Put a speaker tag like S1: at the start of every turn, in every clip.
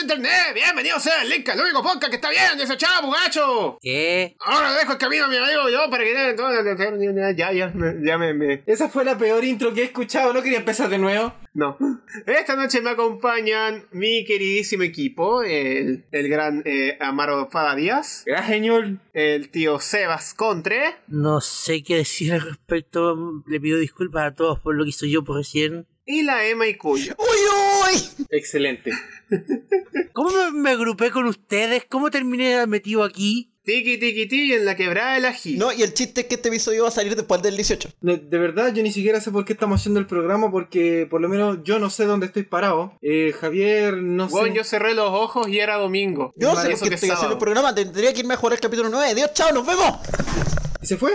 S1: internet! ¡Bienvenidos a Link, el único podcast que está bien! ¡Dice chao, muchacho!
S2: ¿Qué?
S1: Ahora dejo el camino a mi amigo yo para que ya, ya, ya, ya me, me-
S3: Esa fue la peor intro que he escuchado, no quería empezar de nuevo.
S1: No. Esta noche me acompañan mi queridísimo equipo, el, el gran eh, Amaro Fada Díaz,
S3: Gracias, señor.
S1: el tío Sebas Contre,
S2: No sé qué decir al respecto. Le pido disculpas a todos por lo que hizo yo por recién.
S1: y la Emma y Cuyo.
S3: Excelente.
S2: ¿Cómo me, me agrupé con ustedes? ¿Cómo terminé metido aquí?
S1: Tiki tiki tiki en la quebrada del ají.
S4: No, y el chiste es que este episodio va a salir después del 18.
S3: No, de verdad, yo ni siquiera sé por qué estamos haciendo el programa, porque por lo menos yo no sé dónde estoy parado. Eh, Javier, no
S1: Weón,
S3: sé.
S1: yo cerré los ojos y era domingo.
S4: Yo no
S1: Vale,
S4: sé
S1: eso
S4: por qué
S1: que es
S4: estoy haciendo
S1: sábado.
S4: el programa, tendría que irme a jugar el capítulo 9. Adiós, chao, nos vemos.
S3: ¿Se fue?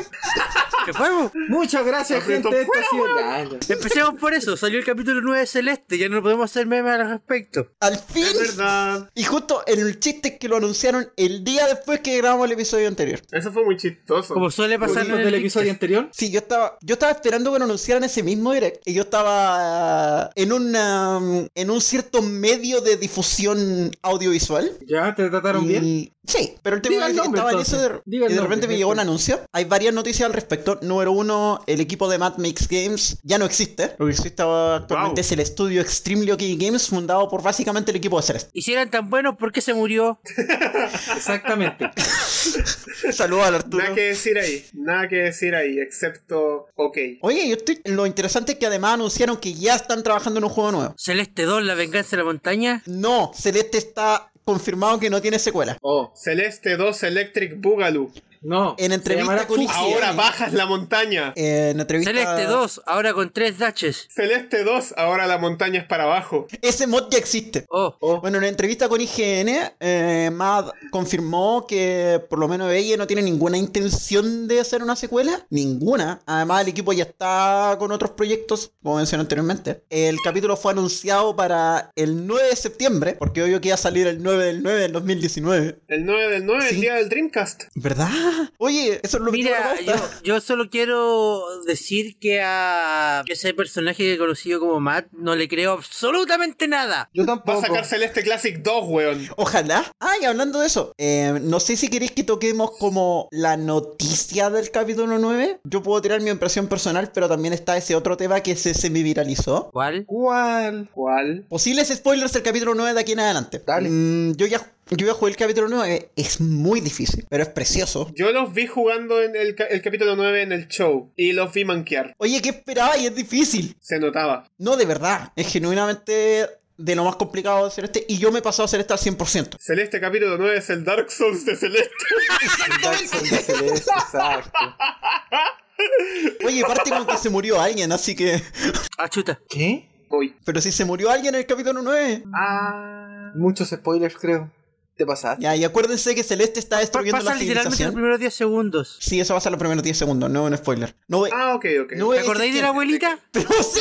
S2: ¿Qué fue?
S3: Muchas gracias,
S1: Apretó
S3: gente. Esto ha sido- Ah, ya.
S2: Empecemos por eso. Salió el capítulo 9 de Celeste. Ya no podemos hacer memes al respecto.
S4: Al
S1: Es
S4: fin.
S1: verdad.
S4: Y justo el chiste es que lo anunciaron el día después que grabamos el episodio anterior.
S1: Eso fue muy chistoso.
S2: Como suele pasar en
S3: ¿Volvimos
S2: el
S3: del episodio anterior?
S4: Sí, yo estaba, yo estaba esperando que lo anunciaran ese mismo direct. Y yo estaba en una en un cierto medio de difusión audiovisual.
S3: ¿Ya? ¿Te trataron
S4: Y-
S3: bien?
S4: Sí, pero el
S3: Diga
S4: tema
S3: el
S4: es que
S3: nombre,
S4: estaba en
S3: entonces.
S4: eso de,
S3: Diga el
S4: y de
S3: nombre,
S4: repente me llegó un
S3: jefe.
S4: anuncio. Hay varias noticias al respecto. Número uno, el equipo de Mad Mix Games ya no existe. Lo que existe actualmente
S1: Wow.
S4: es el estudio Extremely OK Games, fundado por básicamente el equipo de Celeste.
S2: Y si eran tan buenos, ¿por qué se murió?
S3: Exactamente.
S4: Saludos al Arturo.
S1: Nada que decir ahí. Nada que decir ahí, excepto. Ok.
S4: Oye, yo estoy. Lo interesante es que además anunciaron que ya están trabajando en un juego nuevo.
S2: Celeste 2, la venganza de la montaña.
S4: No, Celeste está confirmado que no tiene secuela.
S3: Oh,
S1: Celeste 2 Electric Boogaloo.
S3: no.
S4: En
S3: se
S4: entrevista
S3: llamará
S4: con
S3: Fuxi.
S4: Ixi- Sí,
S1: Ahora
S4: eh.
S1: bajas la montaña.
S4: En entrevista.
S2: Celeste 2, ahora con 3 daches.
S1: Celeste 2, ahora la montaña es para abajo.
S4: Ese mod ya existe.
S2: Oh,
S3: Oh,
S4: Bueno, en una entrevista con IGN, eh, Mad confirmó que por lo menos ella no tiene ninguna intención de hacer una secuela. Ninguna. Además, el equipo ya está con otros proyectos, como mencioné anteriormente. El capítulo fue anunciado para el 9 de septiembre, porque obvio que iba a salir el 9 del 9 del 2019.
S1: El 9 del 9, el
S4: Sí.
S1: día del Dreamcast.
S4: ¿Verdad? Oye, eso es lo que
S2: mira, yo, yo solo quiero decir que a ese personaje que he conocido como Matt no le creo absolutamente nada.
S3: yo
S1: Va
S3: tampoco.
S1: a sacar Celeste Classic 2, weón.
S4: Ojalá. Ah, y hablando de eso, eh, no sé si queréis que toquemos como la noticia del capítulo 9. Yo puedo tirar mi impresión personal, pero también está ese otro tema que se semi-viralizó.
S2: ¿Cuál?
S3: ¿Cuál?
S1: ¿Cuál?
S4: Posibles spoilers del capítulo 9 de aquí en adelante.
S3: Dale.
S4: Mm, yo, ya, yo ya jugué el capítulo 9. Es muy difícil, pero es precioso.
S1: Yo los vi jugando en el, ca- el capítulo 9 en el show y los vi manquear.
S4: Oye, ¿qué esperaba? Y es difícil.
S1: Se notaba.
S4: No, de verdad. Es genuinamente de lo más complicado de hacer este. Y yo me he pasado a hacer este al 100%.
S1: Celeste capítulo 9 es el Dark Souls de Celeste.
S3: Exacto.
S4: Oye, parte con que se murió alguien, así que...
S2: Ah, chuta.
S3: ¿Qué?
S1: Uy.
S4: Pero si se murió alguien en el capítulo 9.
S1: Ah.
S3: Muchos spoilers, creo. ¿Te pasaste?
S4: Ya, y acuérdense que Celeste está
S2: Pa-
S4: destruyendo
S2: pasa
S4: la
S2: literalmente los
S4: civilización.
S2: primeros 10 segundos.
S4: Sí, eso va a ser los primeros 10 segundos, no es un spoiler. No, ve-
S1: Ah, ok, ok.
S4: no
S2: ¿Te
S4: ve- este
S2: acordáis de la abuelita?
S4: ¡Pero sí!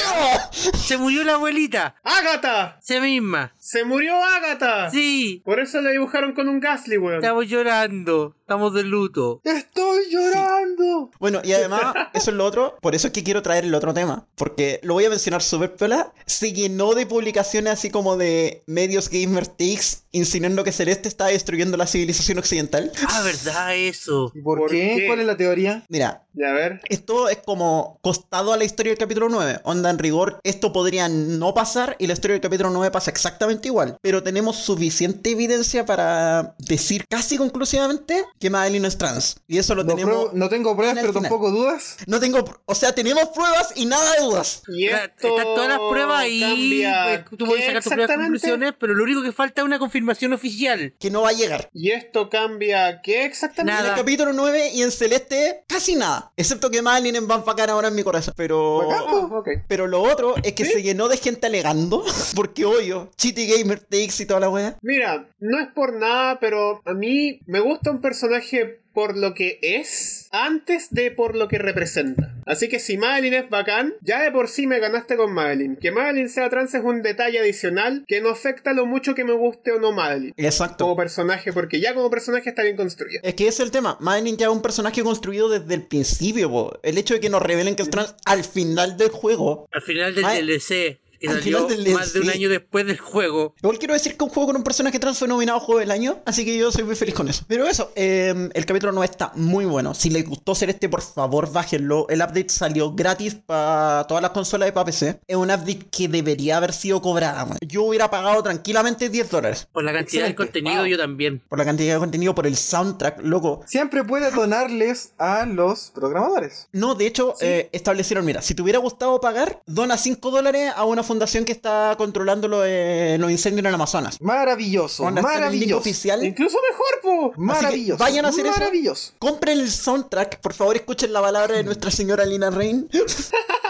S2: Se murió la abuelita.
S1: ¡Ágata!
S2: Se misma.
S1: ¡Se murió Ágata!
S2: Sí.
S1: Por eso la dibujaron con un Gasly, weón.
S2: Estamos llorando. Estamos de luto.
S3: ¡Estoy llorando!
S4: Bueno, y además, eso es lo otro. Por eso es que quiero traer el otro tema. Porque lo voy a mencionar súper piola. Se llenó de publicaciones así como de medios gamer takes insinuando que Celeste está destruyendo la civilización occidental.
S2: Ah, verdad eso.
S3: ¿Y por,
S1: ¿Por
S3: qué?
S1: qué?
S3: ¿Cuál es la teoría?
S4: Mira,
S1: Ya, a ver.
S4: Esto es como costado a la historia del capítulo 9. Onda, en rigor, esto podría no pasar y la historia del capítulo 9 pasa exactamente igual. Pero tenemos suficiente evidencia para decir casi conclusivamente que Madeline es trans. Y eso lo
S3: no,
S4: tenemos...
S3: pruebo- no tengo pruebas,
S4: en el
S3: pero
S4: final.
S3: tampoco dudas.
S4: No tengo... pr- O sea, tenemos pruebas y nada de dudas.
S1: Y
S2: Está-
S1: esto
S2: Están todas las pruebas ahí.
S1: cambia.
S2: pues, Tú puedes
S1: ¿Qué
S2: sacar tus propias
S1: exactamente?
S2: conclusiones, pero lo único que falta es una confirmación oficial.
S4: Que no va a llegar.
S1: Y esto cambia. ¿Qué exactamente?
S2: Nada.
S4: En el capítulo 9 y en Celeste, casi nada. Excepto que Madeline va a enfacar ahora en mi corazón. Pero...
S1: Ah, ok.
S4: Pero lo otro es que se llenó de gente alegando. Porque obvio, Chitty Gamer Takes y toda la wea.
S1: Mira, no es por nada, pero a mí me gusta un personaje por lo que es antes de por lo que representa. Así que si Madeline es bacán, ya de por sí me ganaste con Madeline. Que Madeline sea trans es un detalle adicional que no afecta lo mucho que me guste o no Madeline.
S4: Exacto.
S1: Como personaje, porque ya como personaje está bien construida.
S4: Es que ese es el tema. Madeline ya es un personaje construido desde el principio, po. El hecho de que nos revelen que es trans al final del juego.
S2: Al final del
S4: Ay.
S2: DLC. que
S4: Ah, Al
S2: salió
S4: final del-
S2: más de un
S4: sí.
S2: año después del juego.
S4: Igual quiero decir que un juego con un personaje trans fue nominado Juego del Año, así que yo soy muy feliz con eso. Pero eso, eh, el capítulo 9 está muy bueno. Si les gustó ser este, por favor, bájenlo. El update salió gratis para todas las consolas y para PC. Es un update que debería haber sido cobrada. man. Yo hubiera pagado tranquilamente 10 dólares
S2: Por la cantidad
S3: Excelente.
S2: de contenido,
S3: Wow.
S2: yo también.
S4: por la cantidad de contenido, por el soundtrack, loco.
S3: Siempre puede donarles a los programadores.
S4: No, de hecho, eh, establecieron, mira, si te hubiera gustado pagar, dona 5 dólares a una fundación que está controlando lo de- los incendios en el Amazonas.
S3: Maravilloso,
S4: Onda, está en el link
S3: maravilloso.
S4: oficial.
S1: Incluso mejor, po.
S3: Maravilloso.
S4: vayan a hacer eso.
S3: maravilloso.
S4: Compren el soundtrack, por favor escuchen la palabra de nuestra señora Lina Rain.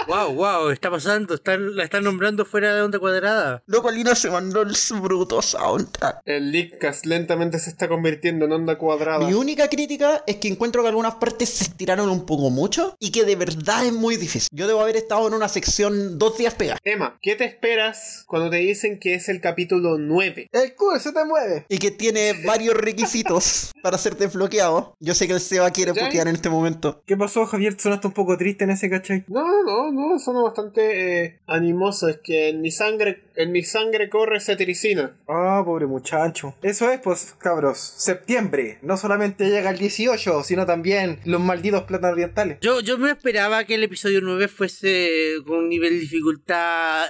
S2: Wow, wow, está pasando. están- la están nombrando fuera de onda cuadrada.
S4: Loco, Lina se mandó el su bruto soundtrack.
S1: El Leakcast lentamente se está convirtiendo en onda cuadrada.
S4: Mi única crítica es que encuentro que algunas partes se estiraron un poco mucho y que de verdad es muy difícil. Yo debo haber estado en una sección dos días pegada.
S1: Emma, ¿qué te esperas cuando te dicen que es el capítulo 9?
S3: El culo se te mueve.
S4: Y que tiene varios requisitos para ser desbloqueado. Yo sé que el Seba quiere
S1: ¿Ya?
S4: putear en este momento.
S3: ¿Qué pasó, Javier? Sonaste un poco triste en ese, ¿cachai?
S1: No, no, no, son bastante eh, animoso. Es que en mi sangre, en mi sangre corre cetiricina.
S3: Ah, pobre muchacho. Eso es, pues, cabros. Septiembre. No solamente llega el 18, sino también los malditos planos orientales.
S2: Yo, yo me esperaba que el episodio 9 fuese con un nivel de dificultad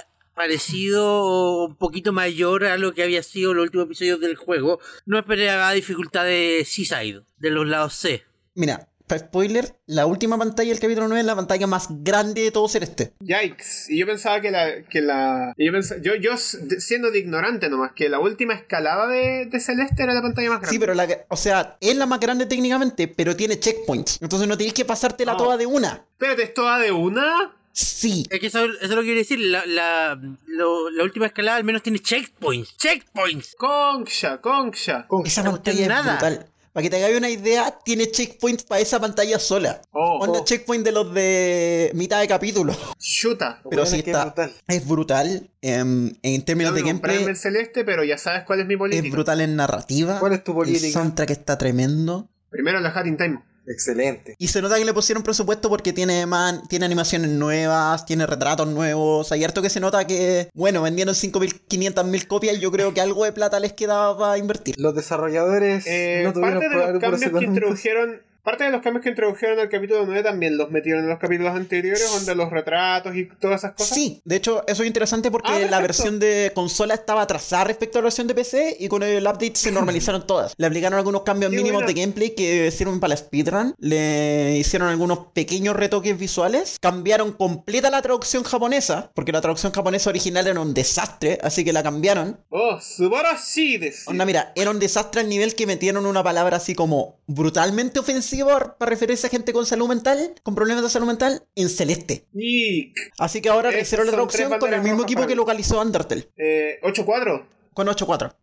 S2: parecido o un poquito mayor a lo que había sido los últimos episodios del juego. No esperaba dificultad de Seaside, de los lados C.
S4: Mira, para spoiler, la última pantalla del capítulo 9 es la pantalla más grande de todo este. Celeste.
S1: Yikes. Y yo pensaba que la. Que la y yo, pensa- yo, yo s- de- siendo de ignorante nomás, que la última escalada de, de Celeste era la pantalla más grande.
S4: Sí, pero la, que- o sea, es la más grande técnicamente, pero tiene checkpoints. Entonces no tenés que pasártela
S1: Ah. Eh,
S4: toda de una.
S1: Espérate, ¿esto va de una?
S4: Sí.
S2: Es que eso, eso es lo que quiero decir. La, la, lo- la última escalada al menos tiene checkpoints. ¡Checkpoints!
S1: Concha, concha.
S3: Con-
S4: Esa
S2: no
S4: pantalla es
S2: tiene nada.
S4: brutal. Para que te hagáis una idea, tiene checkpoints para esa pantalla sola.
S1: Oh,
S4: Onda
S1: oh,
S4: checkpoint de los de mitad de capítulo.
S1: chuta.
S4: Pero
S3: Bueno,
S4: sí
S3: que
S4: está.
S3: brutal.
S4: Es brutal em, en
S1: Yo
S4: términos de
S1: me compré
S4: gameplay.
S1: el celeste, pero ya sabes cuál es mi
S4: Es
S1: política.
S4: brutal en narrativa.
S3: ¿Cuál es tu
S4: El
S3: política?
S4: soundtrack está tremendo.
S1: Primero la Hat in Time.
S3: Excelente.
S4: Y se nota que le pusieron presupuesto porque tiene man, tiene animaciones nuevas, tiene retratos nuevos. Hay harto que se nota que, bueno, vendieron 5.500.000 copias y yo creo que algo de plata les quedaba para invertir.
S3: Los desarrolladores
S1: Eh,
S3: no tuvieron
S1: parte de los
S3: problemas
S1: cambios que
S3: económicos.
S1: introdujeron. Parte de los cambios que introdujeron al capítulo 9 también los metieron en los capítulos anteriores, donde los retratos y todas esas cosas.
S4: Sí, de hecho, eso es interesante porque
S1: Ah,
S4: la
S1: perfecto.
S4: versión de consola estaba atrasada respecto a la versión de PC y con el update se normalizaron todas. Le aplicaron algunos cambios
S1: Qué
S4: mínimos
S1: buena.
S4: de gameplay que sirven para la speedrun, le hicieron algunos pequeños retoques visuales, cambiaron completa la traducción japonesa, porque la traducción japonesa original era un desastre, así que la cambiaron.
S1: Oh, Subarashides.
S4: Onda, mira, era un desastre al nivel que metieron una palabra así como brutalmente ofensiva para referirse a gente con salud mental, con problemas de salud mental, en celeste.
S1: Nick.
S4: Así que ahora
S1: Esas
S4: hicieron la
S1: son tres
S4: traducción con el
S1: banderas
S4: mismo
S1: rojas
S4: equipo
S1: para
S4: que
S1: mí.
S4: localizó Undertale,
S1: Eh, 8-4.
S4: con 8.4.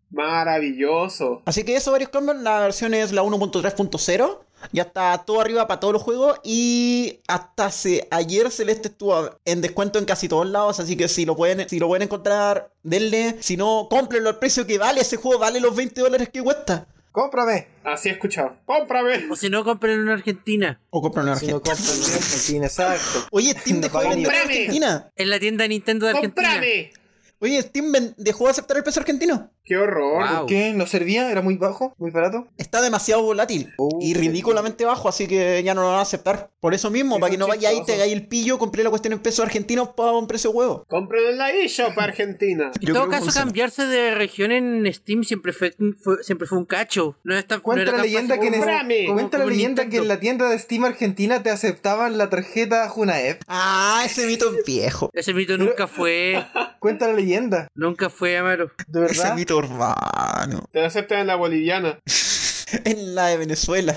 S1: Maravilloso.
S4: Así que eso, varios cambios. La versión es la 1.3.0. Ya está todo arriba para todos los juegos. Y hasta hace- ayer Celeste estuvo en descuento en casi todos lados. Así que si lo pueden, si lo pueden encontrar, denle. Si no, cómprenlo al precio que vale ese juego. Vale los 20 dólares que cuesta.
S3: ¡Cómprame!
S1: Así he escuchado. ¡Cómprame!
S2: O si no, compren en Argentina.
S4: O cómprenlo en
S3: Si no
S4: Argentina.
S3: compran bien, en fin, exacto.
S4: Oye, Steam
S3: No
S4: dejó de
S3: pagan
S4: vender en
S1: IVA.
S4: Argentina.
S2: En la tienda de Nintendo de Argentina.
S1: ¡Cómprame!
S4: Oye, Steam ven- dejó de aceptar el peso argentino.
S1: ¡Qué horror!
S2: Wow.
S3: ¿Qué? ¿No servía? ¿Era muy bajo? ¿Muy barato?
S4: Está demasiado volátil
S3: Oh,
S4: y ridículamente bajo, así que ya no lo van a aceptar. Por eso mismo,
S3: Eso
S4: para que no
S3: es
S4: vaya ahí, te
S3: chistoso.
S4: hagáis el pillo, compré la cuestión en pesos argentinos para un precio huevo.
S1: ¡Cómpralo en la eShop Argentina!
S2: En
S4: Yo creo
S2: todo
S4: que
S2: caso,
S4: funciona.
S2: cambiarse de región en Steam siempre fue, fue- siempre fue un cacho. No es tan, no
S3: Cuenta
S2: era
S3: la
S2: tan
S3: leyenda
S2: fácil
S3: que en,
S2: como-
S1: Comprame.
S2: como-
S3: cuenta la
S2: como
S3: leyenda que en
S2: Nintendo.
S3: la tienda de Steam Argentina te aceptaban la tarjeta Junaep.
S4: Ah, ese mito es viejo.
S2: Ese mito nunca fue.
S3: Cuenta la leyenda.
S2: Nunca fue, Amaro.
S3: De
S4: Ese
S3: verdad.
S4: mito urbano.
S1: Te lo aceptan en la boliviana.
S4: En la de Venezuela.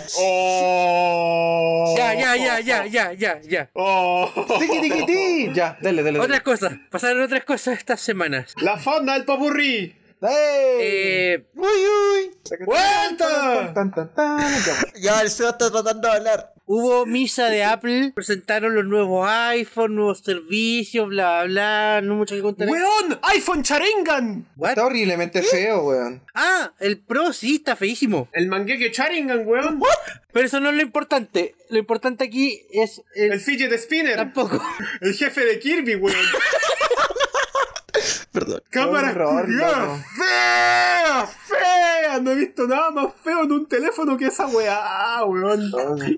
S1: ¡Oh!
S2: Ya, ya, ya, ya, ya, ya, ya.
S1: ¡Oh!
S3: Tiki, tiki, ti. Ya, dale, dale. dale.
S2: Otras cosas. Pasaron otras cosas estas semanas.
S1: ¡La fonda del popurrí!
S3: ¡Ey!
S2: Eh,
S4: Uy, uy.
S1: ¡Vuelta!
S3: Tan, tan, tan, ya.
S4: Ya, el Seba está tratando de hablar.
S2: hubo misa de Apple. Presentaron los nuevos iPhone, nuevos servicios, bla, bla, bla. No mucho que contar.
S1: ¡Weón! ¡iPhone Charingan!
S2: What?
S3: Está horriblemente feo, weón.
S2: Ah, el Pro sí está feísimo.
S1: El mangueque Charingan, weón.
S2: Pero eso no es lo importante. Lo importante aquí es. el-
S1: El fidget spinner.
S2: Tampoco.
S1: El jefe de Kirby, weón.
S4: Perdón.
S1: ¡Cámara
S3: horror,
S1: culiada
S3: loco.
S1: fea! ¡Fea! No he visto nada más feo en un teléfono que esa weá, weón.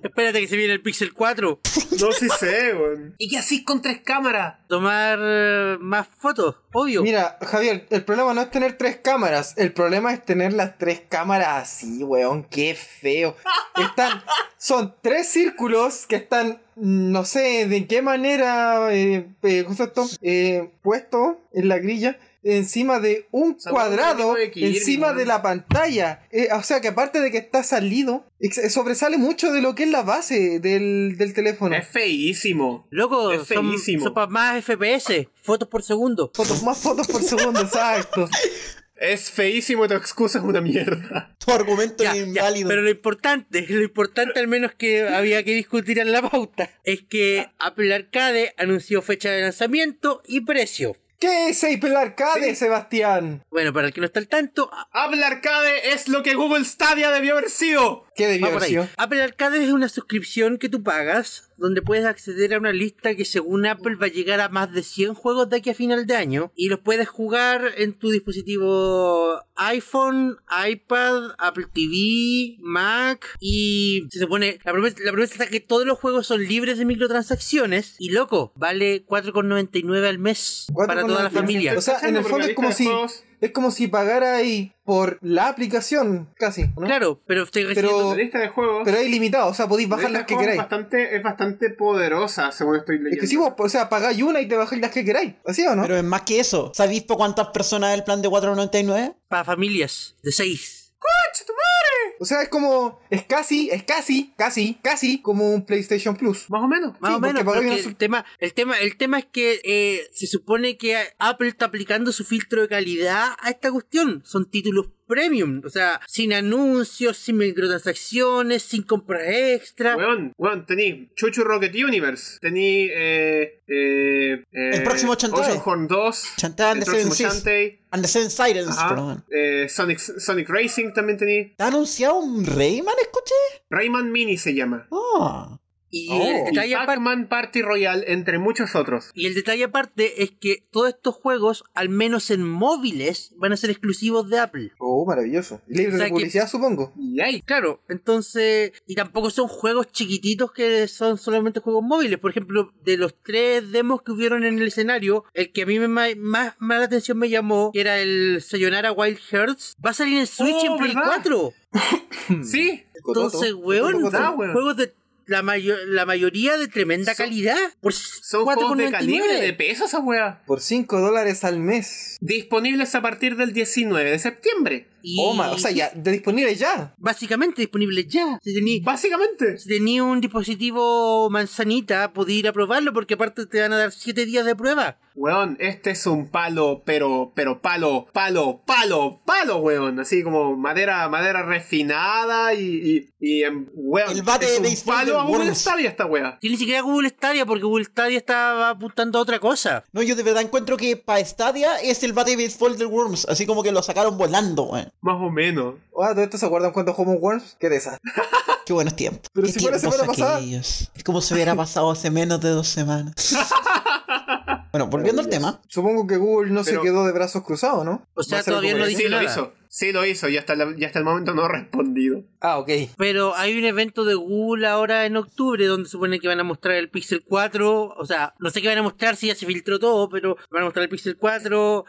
S2: Espérate que se viene el Pixel 4.
S1: No sí sé, weón. ¿Y qué hacís con tres cámaras?
S2: Tomar eh, más fotos, obvio.
S3: Mira, Javier, el problema no es tener tres cámaras, el problema es tener las tres cámaras así, weón, qué feo. Están, son tres círculos que están, no sé de qué manera, eh, eh, ¿cómo se llama esto? Eh, puesto en la grilla. Encima de un
S1: sea,
S3: cuadrado,
S1: un tipo de Kirby,
S3: encima
S1: weón.
S3: de la pantalla. Eh, o sea que aparte de que está salido, ex- eh, sobresale mucho de lo que es la base del, del teléfono.
S1: Es feísimo.
S2: Loco,
S1: Es
S2: son,
S1: feísimo.
S2: son para más FPS, fotos por segundo.
S3: Fotos, más fotos por segundo, exacto.
S1: Es feísimo y tu excusa es una mierda.
S4: Tu argumento
S2: Ya,
S4: es
S2: ya,
S4: inválido.
S2: pero lo importante, lo importante al menos que había que discutir en la pauta, es que Apple Arcade anunció fecha de lanzamiento y precio.
S3: ¿Qué es Apple Arcade, Sebastián?
S2: Bueno, para el que no está al tanto, a-
S1: Apple Arcade es lo que Google Stadia debió haber sido.
S3: ¿Qué
S2: va
S3: debió
S2: por
S3: haber
S2: ahí.
S3: sido?
S2: Apple Arcade es una suscripción que tú pagas, donde puedes acceder a una lista que según Apple va a llegar a más de 100 juegos de aquí a final de año, y los puedes jugar en tu dispositivo iPhone, iPad, Apple TV, Mac, y se supone, la promesa, la promesa es que todos los juegos son libres de microtransacciones, y loco, vale 4,99 al mes para toda la
S3: 4,99.
S2: familia.
S3: O sea, en el fondo es como si
S2: "Oh".
S3: es como si pagara ahí por la aplicación, casi, ¿no?
S2: Claro, pero estoy recibiendo
S1: La lista de juegos.
S3: Pero es ilimitado, o sea, podéis bajar
S1: la
S3: las
S1: lista
S3: que
S1: de juegos es
S3: queráis.
S1: bastante, es bastante poderosa, según estoy leyendo.
S3: Es que sí, vos, o sea, pagáis una y te bajáis las que queráis, ¿así o no?
S4: Pero es más que eso. ¿Sabéis por cuántas personas el plan de 4.99?
S2: para familias de 6.
S3: O sea, es como, es casi, es casi, casi, casi como un PlayStation Plus.
S1: Más o menos.
S2: Más
S3: Sí,
S2: o menos, pero
S3: porque pagáis
S2: que
S3: una
S2: el,
S3: sub-
S2: tema, el, tema, el tema es que eh, se supone que Apple está aplicando su filtro de calidad a esta cuestión. Son títulos premium, o sea, sin anuncios, sin microtransacciones, sin compras extra.
S1: Weón, weón, tení Chuchu Rocket Universe, tení eh, eh, eh,
S4: El próximo Chantae.
S1: Oceanhorn 2,
S4: Chantae and
S1: el
S4: the
S1: próximo
S4: Seven Seas.
S1: Chantae,
S4: And the Seven Sirens,
S1: ajá,
S4: por lo menos.
S1: eh, Sonic, Sonic Racing también tení,
S4: ¿Te ha anunciado un Rayman, escuché?
S1: Rayman Mini se llama,
S4: Ah.
S2: Y,
S3: Oh.
S2: el
S1: y
S2: detalle aparte,
S1: Pac-Man Party Royal, entre muchos otros.
S2: y el detalle aparte es que todos estos juegos, al menos en móviles, van a ser exclusivos de Apple.
S3: Oh, maravilloso. Libre
S2: O sea
S3: de
S2: que-
S3: publicidad, supongo.
S1: Y ahí,
S2: Claro, entonces, y tampoco son juegos chiquititos que son solamente juegos móviles. Por ejemplo, de los tres demos que hubieron en el escenario, el que a mí me ma- más, más la atención me llamó, que era el Sayonara Wild Hearts, va a salir en Switch
S1: Oh,
S2: en Play
S1: ¿verdad?
S2: 4.
S4: Mm.
S1: sí,
S2: Entonces,
S3: Cototo,
S2: weón,
S3: cototo,
S1: da,
S2: son
S3: cototo.
S1: weón.
S2: juegos de la, mayo- la mayoría de tremenda
S1: Son-
S2: calidad. Por
S1: son juegos de calibre, de
S2: 4,99.
S1: peso esa wea.
S3: Por 5 dólares al mes.
S1: Disponibles a partir del 19 de septiembre,
S2: Y
S3: Oh, ma- o sea, ya, de disponible ya.
S2: Básicamente disponible ya. Si tení-
S1: básicamente.
S2: Si tenía un dispositivo manzanita, podía ir a probarlo porque aparte te van a dar 7 días de prueba.
S1: Weón, este es un palo, pero, pero palo, palo, palo, palo, weón. Así como madera, madera refinada y, y, y em, weón.
S4: El bate de
S1: es un
S4: béisbol
S1: palo
S4: del
S1: a Google
S4: Worms.
S1: Stadia esta wea.
S2: Y ni siquiera Google Stadia porque Google Stadia estaba apuntando a otra cosa.
S4: No, yo de verdad encuentro que para Stadia es el bate de béisbol del Worms, así como que lo sacaron volando, eh. weón.
S1: Más o menos.
S3: Ah, ¿todo esto se acuerdan cuando Home Worms? Qué desastre.
S4: Qué buenos tiempos.
S3: Pero
S4: Qué
S3: si fue la
S4: tiempos
S3: semana pasada.
S4: aquellos. Es como si hubiera pasado hace menos de dos semanas. bueno, volviendo al tema.
S3: Supongo que Google no
S1: Pero-
S3: se quedó de brazos cruzados, ¿no?
S2: O sea,
S3: Va a ser
S2: todavía
S3: como- este
S2: no
S1: sí
S2: dice
S1: lo
S2: nada.
S1: hizo, sí lo hizo y hasta, la- y hasta el momento no ha respondido.
S3: Ah, ok.
S2: Pero hay un evento de Google ahora en octubre donde supone que van a mostrar el Pixel 4. O sea, no sé qué van a mostrar si ya se filtró todo, pero van a mostrar el Pixel 4,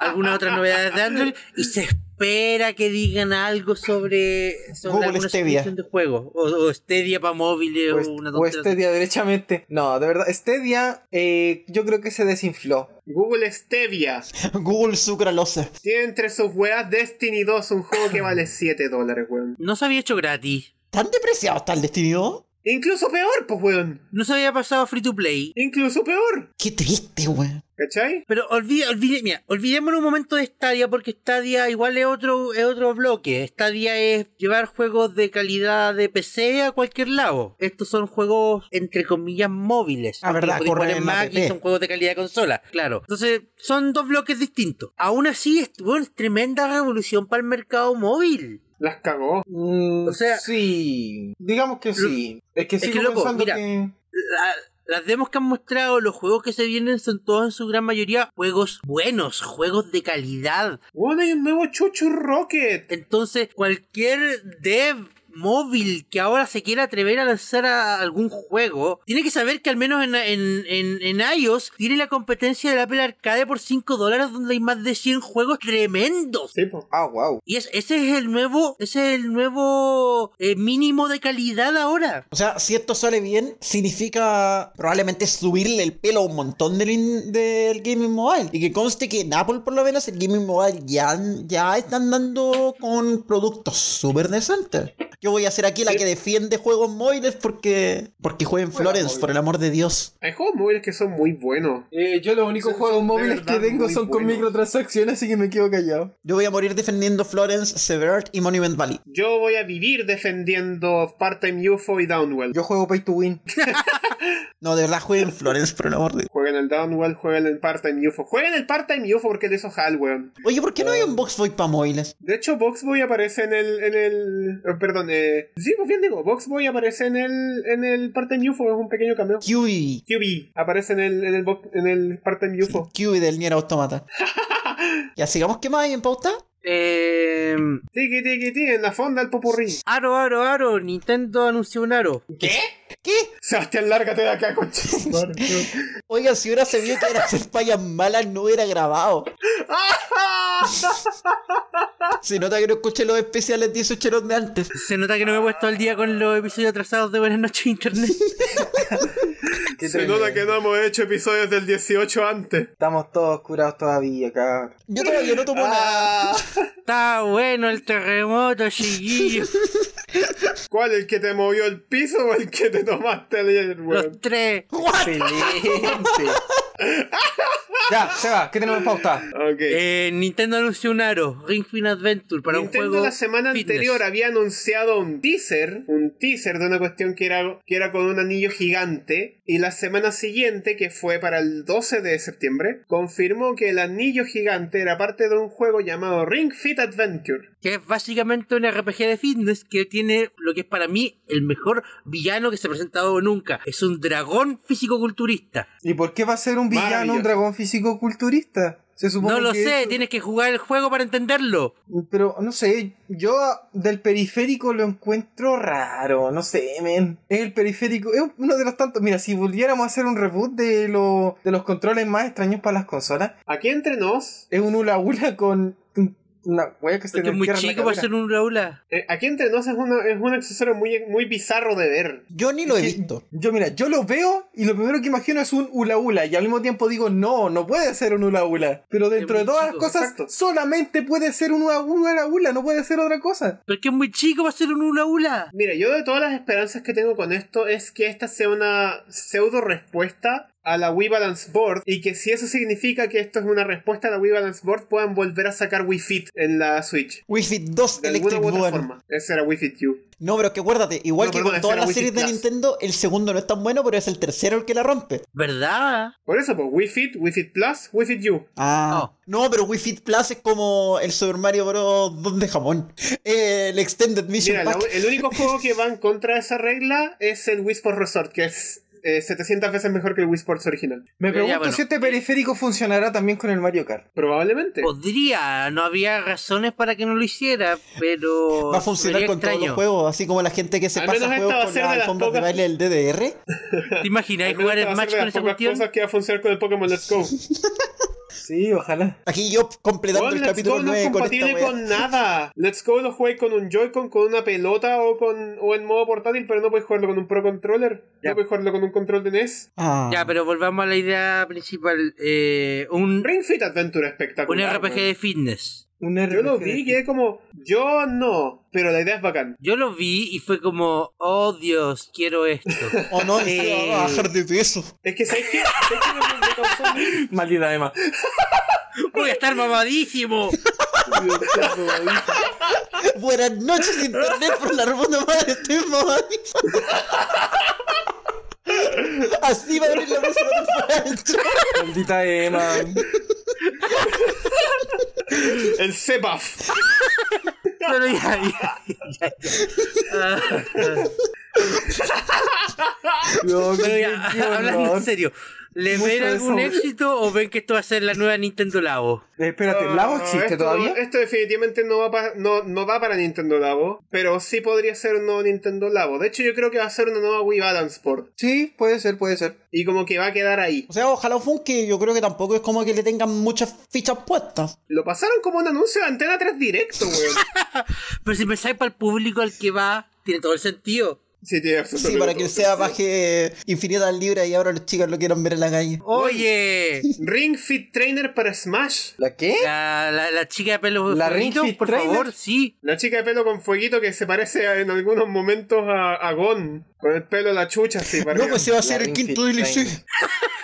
S2: algunas otras novedades de Android. Y se espera que digan algo sobre, sobre
S4: Google
S2: alguna
S4: Stadia.
S2: suscripción de juegos. O, o Stadia para móviles
S3: O,
S2: o,
S3: est-
S2: una
S3: o
S2: tontera
S3: Stadia derechamente. No, de verdad, Stadia eh, yo creo que se desinfló.
S1: Google Stevia
S4: Google sucralosa.
S1: tiene entre sus weas Destiny 2, un juego que vale 7 dólares, weón.
S2: No se había hecho gratis.
S4: ¿Tan depreciado está el destino?
S1: Incluso peor, pues, weón.
S2: No se había pasado a free to play.
S1: Incluso peor.
S4: Qué triste, weón.
S1: ¿Cachai?
S2: Pero olvide, olvide, mira, olvidémonos un momento de Stadia porque Stadia igual es otro, es otro bloque. Stadia es llevar juegos de calidad de PC a cualquier lado. Estos son juegos entre comillas móviles.
S4: Ah, verdad,
S2: Los podéis
S4: corren
S2: jugar en Mac
S4: en app.
S2: y son juegos de calidad de consola. Claro. Entonces, son dos bloques distintos. Aún así, es, bueno, es tremenda revolución para el mercado móvil.
S1: Las cagó.
S3: Mm,
S2: O sea-
S3: sí. Digamos que sí. Es que
S2: es
S3: sigo
S2: que, loco,
S3: pensando
S2: mira.
S3: que.
S2: La- Las demos que han mostrado, los juegos que se vienen son todos en su gran mayoría juegos buenos, juegos de calidad.
S1: Bueno, hay un nuevo Chuchu Rocket.
S2: Entonces, cualquier dev móvil que ahora se quiera atrever a lanzar a algún juego, tiene que saber que al menos en, en, en, en iOS tiene la competencia del Apple Arcade por 5 dólares donde hay más de 100 juegos tremendos.
S1: Sí, po.
S3: Ah, wow.
S2: Y es- ese es el nuevo, ese es el nuevo eh, mínimo de calidad ahora.
S4: O sea, si esto sale bien, significa probablemente subirle el pelo a un montón del, in- del gaming mobile. Y que conste que en Apple, por lo menos, el gaming mobile ya, ya están dando con productos súper decentes. Yo voy a ser aquí la que defiende juegos móviles porque, porque jueguen
S3: Juega
S4: Florence,
S3: móvil.
S4: por el amor de Dios.
S1: Hay juegos móviles que son muy buenos.
S3: Eh, yo los únicos
S1: Son-
S3: juegos
S1: son de
S3: móviles que
S1: verdad
S3: tengo
S1: muy
S3: son con
S1: buenos.
S3: microtransacciones, así que me quedo callado.
S4: Yo voy a morir defendiendo Florence, Severed y Monument Valley.
S1: Yo voy a vivir defendiendo Part-Time UFO y Downwell.
S3: Yo juego Pay to Win.
S4: No, de verdad jueguen Florence, por el amor de Dios.
S1: Jueguen el Downwell, jueguen el Part-Time UFO. Jueguen el Part-Time UFO porque le hizo Hal, weón.
S4: Oye, ¿por qué no hay un Box Boy para móviles?
S1: De hecho, Boxboy aparece en el. En el eh, perdón, eh, sí, pues bien digo, Boxboy aparece en el. En el Part-Time UFO, es un pequeño cameo.
S4: QB.
S1: QB aparece en el, en el, box- en el Part-Time UFO.
S4: QB del Nier Automata. ya sigamos que más hay en pauta.
S2: Eh,
S1: Tiki, tiki, tiki, en la fonda el popurrí.
S2: aro, aro, aro, Nintendo anunció un aro.
S4: ¿Qué?
S1: Sebastián, lárgate de acá, concha.
S4: Oiga, si hubiera sabido que era hacer fallas malas, no hubiera grabado. Se nota que no escuché los especiales 18 de antes.
S2: Se nota que no me he puesto al día con los episodios atrasados de Buenas noches Internet.
S3: Qué
S1: Se
S3: tremendo.
S1: nota que no hemos hecho episodios del 18 antes.
S3: Estamos todos curados todavía, cabrón.
S4: Yo todavía no tomo nada.
S1: Ah,
S2: Está bueno el terremoto, chiquillo.
S1: ¿Cuál? ¿El que te movió el piso o el que te tomaste ayer,
S2: Los
S1: weón?
S2: tres.
S3: Excelente. ya, se va, ¿qué tenemos en pauta?
S1: Ok.
S2: Eh, Nintendo anunció un aro, Ring Fit Adventure, para
S1: Nintendo
S2: un juego.
S1: la semana
S2: fitness.
S1: anterior había anunciado un teaser, un teaser de una cuestión que era, que era con un anillo gigante, y la semana siguiente, que fue para el 12 de septiembre, confirmó que el anillo gigante era parte de un juego llamado Ring Fit Adventure.
S2: Que es básicamente un RPG de fitness que tiene lo que es para mí el mejor villano que se ha presentado nunca. Es un dragón físico-culturista.
S3: ¿Y por qué va a ser un villano
S1: Maravilloso.
S3: un dragón físico-culturista? Se supone
S2: No lo
S3: que
S2: sé,
S3: eso-
S2: tienes que jugar el juego para entenderlo.
S3: Pero no sé, yo del periférico lo encuentro raro, no sé, men. Es el periférico, es uno de los tantos. Mira, si volviéramos a hacer un reboot de, lo- de los controles más extraños para las consolas,
S1: Aquí entre nos,
S3: es un hula hula con un- una wea
S4: Este
S3: que se
S2: Porque
S3: te
S2: es muy
S3: entierra en la
S2: chico para
S3: cadera.
S2: ser un Raula.
S1: eh, aquí entre nos es, una- es un accesorio muy, muy bizarro de ver.
S4: Yo ni lo he
S3: Es que
S4: visto.
S3: Yo, mira, yo lo veo y lo primero que imagino es un hula hula. Y al mismo tiempo digo, no, no puede ser un hula hula. Pero dentro
S2: Es
S3: de
S2: muy
S3: todas
S2: chico,
S3: las cosas,
S1: exacto.
S3: solamente puede ser un hula hula, hula, no puede ser otra cosa.
S2: Porque es muy chico para ser un Raula.
S1: Mira, yo de todas las esperanzas que tengo con esto es que esta sea una pseudo respuesta a la Wii Balance Board y que si eso significa que esto es una respuesta a la Wii Balance Board puedan volver a sacar Wii Fit en la Switch.
S4: Wii Fit 2
S1: De
S4: Electric
S1: alguna u otra
S4: One.
S1: forma. Ese era Wii Fit U.
S4: No, pero es que acuérdate, igual
S1: No,
S4: que
S1: perdón,
S4: con
S1: ese
S4: todas
S1: era
S4: las
S1: Wii Fit
S4: series de
S1: Plus.
S4: Nintendo, el segundo no es tan bueno, pero es el tercero el que la rompe.
S2: ¿Verdad?
S1: Por eso, pues Wii Fit, Wii Fit Plus, Wii Fit U.
S4: Ah.
S1: Oh.
S4: No, pero Wii Fit Plus es como el Super Mario Bros. 2 de jamón. Eh, el Extended Mission
S1: Mira, la-
S4: Pack.
S1: el único juego que va en contra de esa regla es el Wii Sports Resort, que es eh, 700 veces mejor que el Wii Sports original.
S3: Me
S2: Ya,
S3: pregunto
S2: bueno.
S3: si este periférico funcionará también con el Mario Kart.
S1: Probablemente.
S2: Podría, no había razones para que no lo hiciera, pero.
S4: Va a funcionar
S2: sería
S4: con todos los juegos, así como la gente que se
S1: Al
S4: pasa
S1: menos esta
S4: juegos
S1: va a
S4: con
S1: ser
S4: las
S1: de las
S4: alfombras de
S1: pocas-
S4: baile del DDR.
S2: ¿Te imaginas
S1: Al menos
S2: jugar
S1: esta va
S2: el
S1: a
S2: match
S1: ser de
S2: con
S1: las
S2: esa
S1: pocas
S2: cuestión?
S1: cosas que va a funcionar con el Pokémon Let's Go.
S3: Sí, ojalá.
S4: Aquí yo completando
S1: Weón,
S4: el
S1: Let's
S4: capítulo
S1: Go no es
S4: 9 con esta
S1: compatible
S4: wea.
S1: con, nada. Let's Go lo jugáis con un Joy-Con, con una pelota o con o en modo portátil, pero no podéis jugarlo con un Pro Controller.
S2: Ya.
S1: No podéis jugarlo con un control de E NES.
S4: Ah.
S2: Ya, pero volvamos a la idea principal. eh, un,
S1: Ring Fit Adventure
S2: un
S1: espectacular.
S2: RPG
S1: weón.
S2: de fitness.
S3: Un
S1: Yo lo
S3: RPG.
S1: vi, quedé como. Yo no, pero la idea es bacán.
S2: Yo lo vi y fue como, oh Dios, quiero esto.
S4: O oh, no,
S2: Eh.
S4: se va a bajar de peso.
S1: Es que, ¿sabéis qué? ¿Sabéis qué me- me causó mucho-
S3: Maldita Emma.
S2: Voy a estar mamadísimo.
S4: Buenas noches, internet, por la hermosa madre, estoy mamadísimo. Así va a abrir la próxima temporada del show.
S3: Maldita Emma.
S1: El Cepaf.
S2: Pero ya, ya, ya, ya. Ah,
S3: No,
S2: Pero
S3: qué-
S2: ya,
S3: qué
S2: hablando
S3: horror.
S2: en serio, ¿le
S3: Mucho
S2: ven
S3: de
S2: algún
S3: eso.
S2: éxito o ven que esto va a ser la nueva Nintendo Labo?
S3: Eh, Espérate,
S1: No,
S3: ¿Lavo
S1: no,
S3: existe
S1: Ah, esto-
S3: todavía?
S1: Esto definitivamente no va, pa- no, no va para Nintendo Labo, pero sí podría ser un nuevo Nintendo Labo. De hecho, yo creo que va a ser una nueva Wii Balance Port.
S3: Sí, puede ser, puede ser.
S1: Y como que va a quedar ahí.
S4: O sea, ojalá Funky, yo creo que tampoco es como que le tengan muchas fichas puestas.
S1: Lo pasaron como un anuncio de Antena 3 directo, weón.
S2: Pero si pensáis para el público al que va, tiene todo el sentido.
S1: sí, tiene
S4: Sí, para que sea baje infinitas libras y ahora los chicos lo quieran ver en la calle.
S2: Oye,
S1: Ring Fit Trainer para Smash.
S3: ¿La qué?
S2: la, la- la chica de pelo
S3: ¿La
S2: fueguito,
S3: Ring Fit
S2: por
S3: Trainer?
S2: favor, sí.
S1: La chica de pelo con fueguito que se parece a- en algunos momentos a, a Gon. Con el pelo a la chucha, así para
S4: No,
S1: arriba.
S4: pues se va a
S3: La
S4: hacer el
S3: Ring
S4: quinto
S3: Fit
S4: DLC.
S3: Trainer.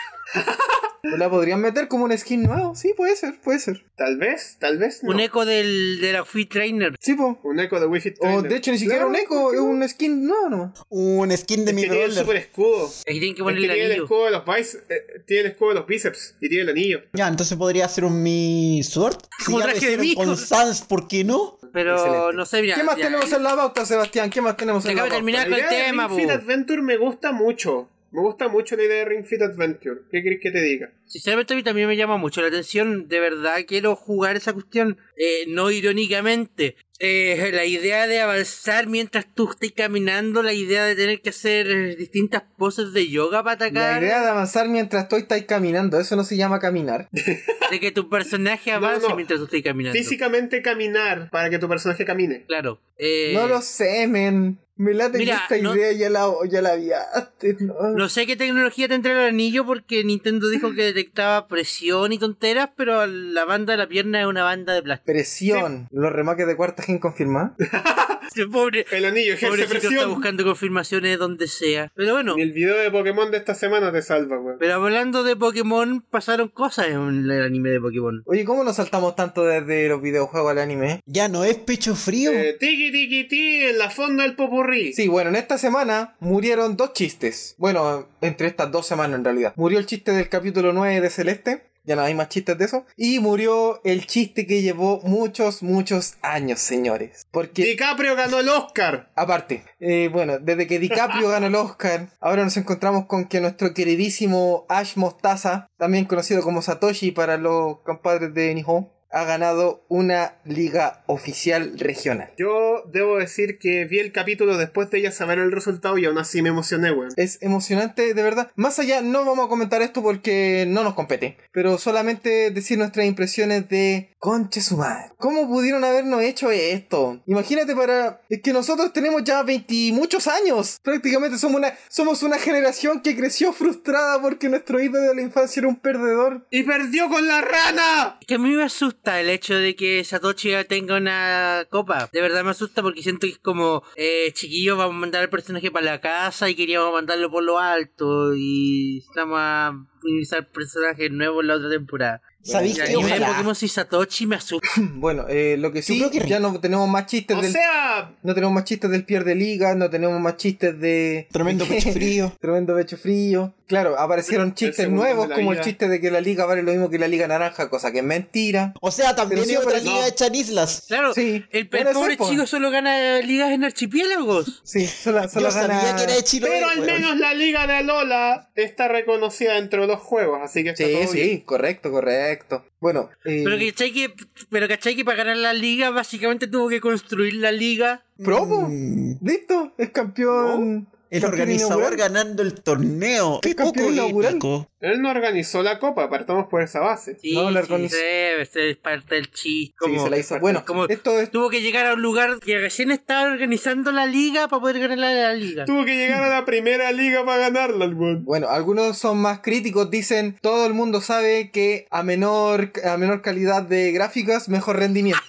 S3: Pues ¿La podrían meter como un skin nuevo? Sí, puede ser, puede ser.
S1: Tal vez, tal vez no.
S2: Un eco del, de la Fit Trainer.
S3: Sí, po.
S1: Un eco de Wii
S4: Oh,
S1: Fit
S3: O
S1: Trainer.
S3: de hecho ni siquiera
S1: Claro,
S3: un eco, es un skin nuevo nomás.
S4: Un skin de
S1: es
S4: mi
S1: que tiene el
S4: brother.
S1: super escudo.
S2: Aquí tienen que
S1: Es que
S2: poner el
S1: tiene el
S2: anillo.
S1: escudo de los bíceps, eh, tiene el escudo de los bíceps y tiene el anillo.
S4: Ya, entonces podría hacer un Mi Sword. Si
S2: Como
S4: ya lo
S2: traje de
S4: hicieron
S2: mico.
S4: con Sans, ¿por qué no?
S2: Pero
S3: Excelente.
S2: no sé, mira.
S3: ¿Qué más
S2: ya,
S3: tenemos en la pauta, Sebastián? ¿Qué más tenemos
S2: Se
S3: en la
S2: acaba de
S3: pauta?
S2: terminar con
S1: La
S2: el
S1: idea de
S2: tema,
S1: Ring Fit
S2: bu.
S1: Adventure me gusta mucho. Me gusta mucho la idea de Ring Fit Adventure. ¿Qué querés que te diga?
S2: Sinceramente a mí también me llama mucho la atención, de verdad quiero jugar esa cuestión, eh, no irónicamente. Eh, la idea de avanzar mientras tú estés caminando, la idea de tener que hacer eh, distintas poses de yoga para
S3: La
S2: atacar,
S3: idea de avanzar mientras tú estás caminando, eso no se llama caminar.
S2: de que tu personaje
S1: No,
S2: avance
S1: no.
S2: mientras tú estés caminando.
S1: Físicamente caminar para que tu personaje camine.
S2: Claro. Eh,
S3: No lo sé, men. Me late
S2: Mira,
S3: que esta
S2: no-
S3: idea ya la, ya la vi antes, ¿no?
S2: no sé qué tecnología tendrá el anillo porque Nintendo dijo que detectaba presión y tonteras, pero la banda de la pierna es una banda de plástico.
S3: Presión. Los remaques de cuarta gen confirmados.
S2: Pobre,
S1: El anillo ejerce
S2: pobrecito está
S1: presión.
S2: buscando confirmaciones donde sea. Pero bueno.
S1: Ni el video de Pokémon de esta semana te salva, weón.
S2: Pero hablando de Pokémon, pasaron cosas en el anime de Pokémon.
S3: Oye, ¿cómo nos saltamos tanto desde los videojuegos al anime?
S4: Ya no es pecho frío.
S1: Eh, tiki tiki ti en la fonda del popurrí.
S3: Sí, bueno, en esta semana murieron dos chistes. Bueno, entre estas dos semanas en realidad. Murió el chiste del capítulo 9 de Celeste. Ya no hay más chistes de eso. Y murió el chiste que llevó muchos, muchos años, señores. Porque
S1: DiCaprio ganó el Oscar.
S3: Aparte, eh, bueno, desde que DiCaprio ganó el Oscar, ahora nos encontramos con que nuestro queridísimo Ash Mostaza, también conocido como Satoshi para los compadres de Nihon, ha ganado una liga oficial regional.
S1: Yo debo decir que vi el capítulo después de ya saber el resultado y aún así me emocioné, weón.
S3: Es emocionante, de verdad. Más allá, no vamos a comentar esto porque no nos compete, pero solamente decir nuestras impresiones de conche su madre. ¿Cómo pudieron habernos hecho esto? Imagínate para es que nosotros tenemos ya 20 y muchos años. Prácticamente somos una somos una generación que creció frustrada porque nuestro ídolo de la infancia era un perdedor.
S1: ¡Y perdió con la rana!
S2: Es que a mí me asusta el hecho de que Satoshi tenga una copa. De verdad me asusta porque siento que es como, eh, chiquillos, vamos a mandar al personaje para la casa y queríamos mandarlo por lo alto y vamos a iniciar personajes nuevos en la otra temporada.
S4: ¿Sabéis
S2: Y el
S4: qué?
S2: anime de
S4: Ojalá.
S2: Pokémon sin Satoshi me asusta.
S3: Bueno, eh, lo que sí
S4: creo que-
S3: ya no tenemos más chistes
S1: O
S3: del
S1: sea,
S3: no tenemos más chistes del pierde liga, no tenemos más chistes de
S4: Tremendo pecho frío.
S3: Tremendo pecho frío. Claro, aparecieron chistes
S1: segundo
S3: nuevos,
S1: de la
S3: como
S1: liga.
S3: el chiste de que la liga vale lo mismo que la liga naranja, cosa que es mentira.
S4: O sea, también
S3: Pero sí,
S4: hay otra
S3: pero
S4: liga
S1: no.
S4: hecha en islas.
S2: Claro,
S3: Sí,
S2: el, el
S3: puede
S2: pobre
S3: ser, po.
S2: chico solo gana ligas en archipiélagos.
S3: Sí, solo,
S4: Yo
S3: solo
S4: sabía
S3: gana-
S4: que era de Chiloé,
S1: pero al
S4: weón.
S1: menos la liga de Alola está reconocida dentro de los juegos, así que está
S3: Sí,
S1: todo bien.
S3: sí, correcto, correcto. Bueno, eh,
S2: Pero cachai que, pero cachai que para ganar la liga básicamente tuvo que construir la liga.
S3: promo,
S4: Mm.
S3: listo, es campeón.
S4: El
S3: campeón
S4: organizador
S3: inaugural.
S4: ganando el torneo.
S3: ¿Qué
S4: Qué poco
S3: campeón inaugural?
S4: épico.
S1: Él no organizó la copa, partamos por esa base.
S2: Sí,
S3: No, la
S2: sí,
S3: organiz-
S2: se- se es parte del chiste.
S3: Sí,
S2: como-
S3: se la hizo. Bueno,
S2: como-
S3: esto es
S2: Tuvo que llegar a un lugar que recién estaba organizando la liga para poder ganar la, la liga.
S1: Tuvo que llegar a la primera liga para ganarla, el weón.
S3: Bueno, algunos son más críticos, dicen, todo el mundo sabe que a menor, a menor calidad de gráficas, mejor rendimiento.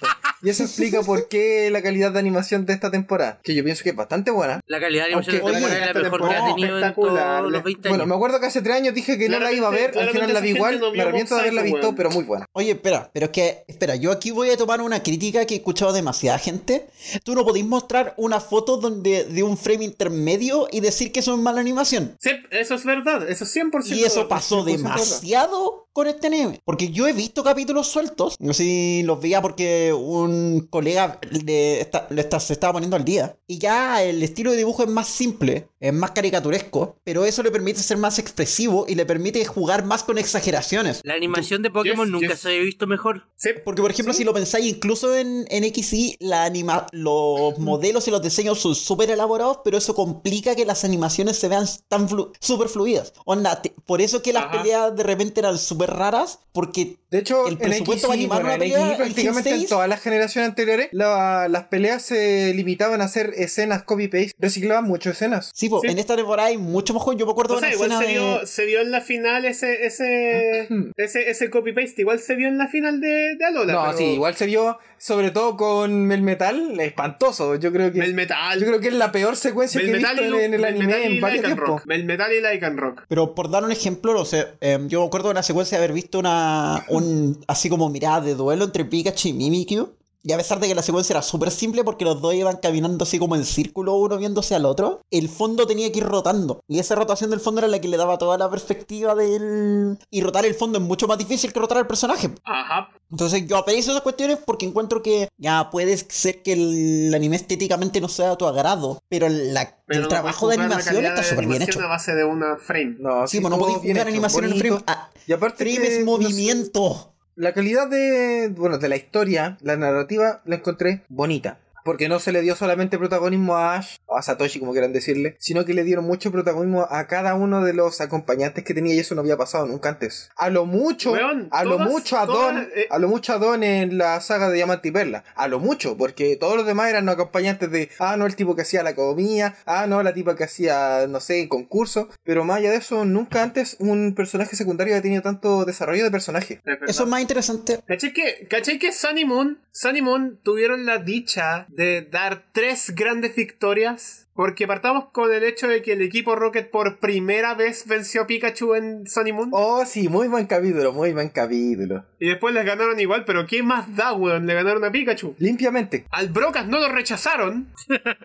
S3: Y eso explica por qué la calidad de animación de esta temporada, que yo pienso que es bastante buena.
S2: La calidad de animación
S3: Aunque,
S2: de esta
S3: oye,
S2: temporada es la
S1: esta
S2: mejor que ha
S1: temporada
S2: tenido en
S1: espectacular, le-
S2: todos los 20 años.
S3: ¿eh? Bueno, me acuerdo que hace tres años dije que no la iba a ver, al
S1: Claramente,
S3: final la vi
S1: claramente esa
S3: igual,
S1: gente no
S3: me
S1: vio
S3: arrepiento de haberla
S1: Mobsaico,
S3: visto,
S1: weón.
S3: pero muy buena.
S4: Oye, espera, pero es que, espera, yo aquí voy a tomar una crítica que he escuchado a demasiada gente. Tú no podéis mostrar una foto donde, de un frame intermedio y decir que eso es mala animación.
S1: Sí, eso es verdad, eso es 100%.
S4: Y eso
S1: verdad.
S4: pasó
S3: sí, por supuesto.
S4: demasiado con este anime. Porque yo he visto capítulos sueltos. No sé si los veía porque un colega le está- le está- se estaba poniendo al día. Y ya el estilo de dibujo es más simple, es más caricaturesco. Pero eso le permite ser más expresivo y le permite jugar más con exageraciones.
S2: La animación de Pokémon
S1: Yes,
S2: nunca
S1: yes.
S2: se había visto mejor.
S1: Sí,
S4: Porque, por ejemplo, si lo pensáis, incluso en, en XY, la anima los modelos y los diseños son súper elaborados, pero eso complica que las animaciones se vean tan flu- súper fluidas. Onda, te- por eso que las
S1: Ajá.
S4: peleas de repente eran súper raras, porque
S3: De hecho,
S4: El
S3: en
S4: presupuesto para
S3: XY,
S4: animar
S3: bueno,
S4: una
S3: en
S4: pelea,
S3: XY
S4: el
S3: prácticamente en
S4: 16.
S3: todas las generaciones anteriores, la- las peleas se limitaban a hacer escenas copy-paste. Reciclaban mucho escenas.
S4: sí, po,
S1: Sí.
S4: en esta temporada hay mucho mejor. Yo me acuerdo
S1: O sea,
S4: de
S1: igual
S4: una
S1: se
S4: escena de-
S1: vio, se vio en la final ese ese ese, ese copy-paste. Igual se vio en la final de, de Alola.
S3: No,
S1: pero-
S3: sí, igual se vio, sobre todo con el metal, espantoso. Yo creo que,
S1: Melmetal.
S3: yo creo que es la peor secuencia que he visto
S1: Melmetal y
S3: en,
S1: Lu-
S3: en el anime
S1: Melmetal y
S3: en varios
S1: Lycan
S3: tiempos.
S1: Rock. Melmetal y Lycan Rock.
S4: Pero por dar un ejemplo, no sé, em, yo me acuerdo de una secuencia de haber visto una un, así como mirada de duelo entre Pikachu y Mimikyu. Y a pesar de que la secuencia era súper simple porque los dos iban caminando así como en círculo, uno viéndose al otro, el fondo tenía que ir rotando. Y esa rotación del fondo era la que le daba toda la perspectiva del... Y rotar el fondo es mucho más difícil que rotar al personaje.
S1: Ajá.
S4: Entonces yo aprecio esas cuestiones porque encuentro que ya puede ser que el anime estéticamente no sea a tu agrado, pero, la-
S1: Pero
S4: el
S1: no
S4: trabajo
S1: puedes jugar
S4: de
S1: la
S4: animación
S1: calidad
S4: está
S1: de
S4: súper bien hecho.
S1: animación a base de una frame.
S3: pues No,
S4: Sí, bueno, no
S3: todo
S4: podéis
S3: bien
S4: jugar
S3: hecho,
S4: animación en
S3: bonito.
S4: frame. Ah,
S3: Y aparte
S4: frame
S3: que,
S4: es
S3: no sé,
S4: movimiento.
S3: la calidad de, bueno, de la historia, la narrativa, la encontré bonita. Porque no se le dio solamente protagonismo a Ash, o a Satoshi como quieran decirle, sino que le dieron mucho protagonismo a cada uno de los acompañantes que tenía y eso no había pasado nunca antes. A lo mucho,
S1: Weón,
S3: a lo
S1: todas-
S3: mucho a
S1: todas,
S3: Don,
S1: eh,
S3: a lo mucho a Don en la saga de Diamante y Perla. A lo mucho, porque todos los demás eran acompañantes de, ah, no, el tipo que hacía la comida, ah, no, la tipa que hacía, no sé, concurso. Pero más allá de eso, nunca antes un personaje secundario había tenido tanto desarrollo de personaje.
S1: Es verdad.
S4: Eso es más interesante.
S1: ¿Cachai que, ¿Cachai que Sunny Moon, Sun y Moon tuvieron la dicha de dar tres grandes victorias? Porque partamos con el hecho de que el equipo Rocket por primera vez venció a Pikachu en Sunny Moon.
S3: Oh, sí, muy buen capítulo, muy buen capítulo.
S1: Y después les ganaron igual, pero ¿qué más da, weón? Le ganaron a Pikachu.
S3: Limpiamente.
S1: Al Brocas no lo rechazaron.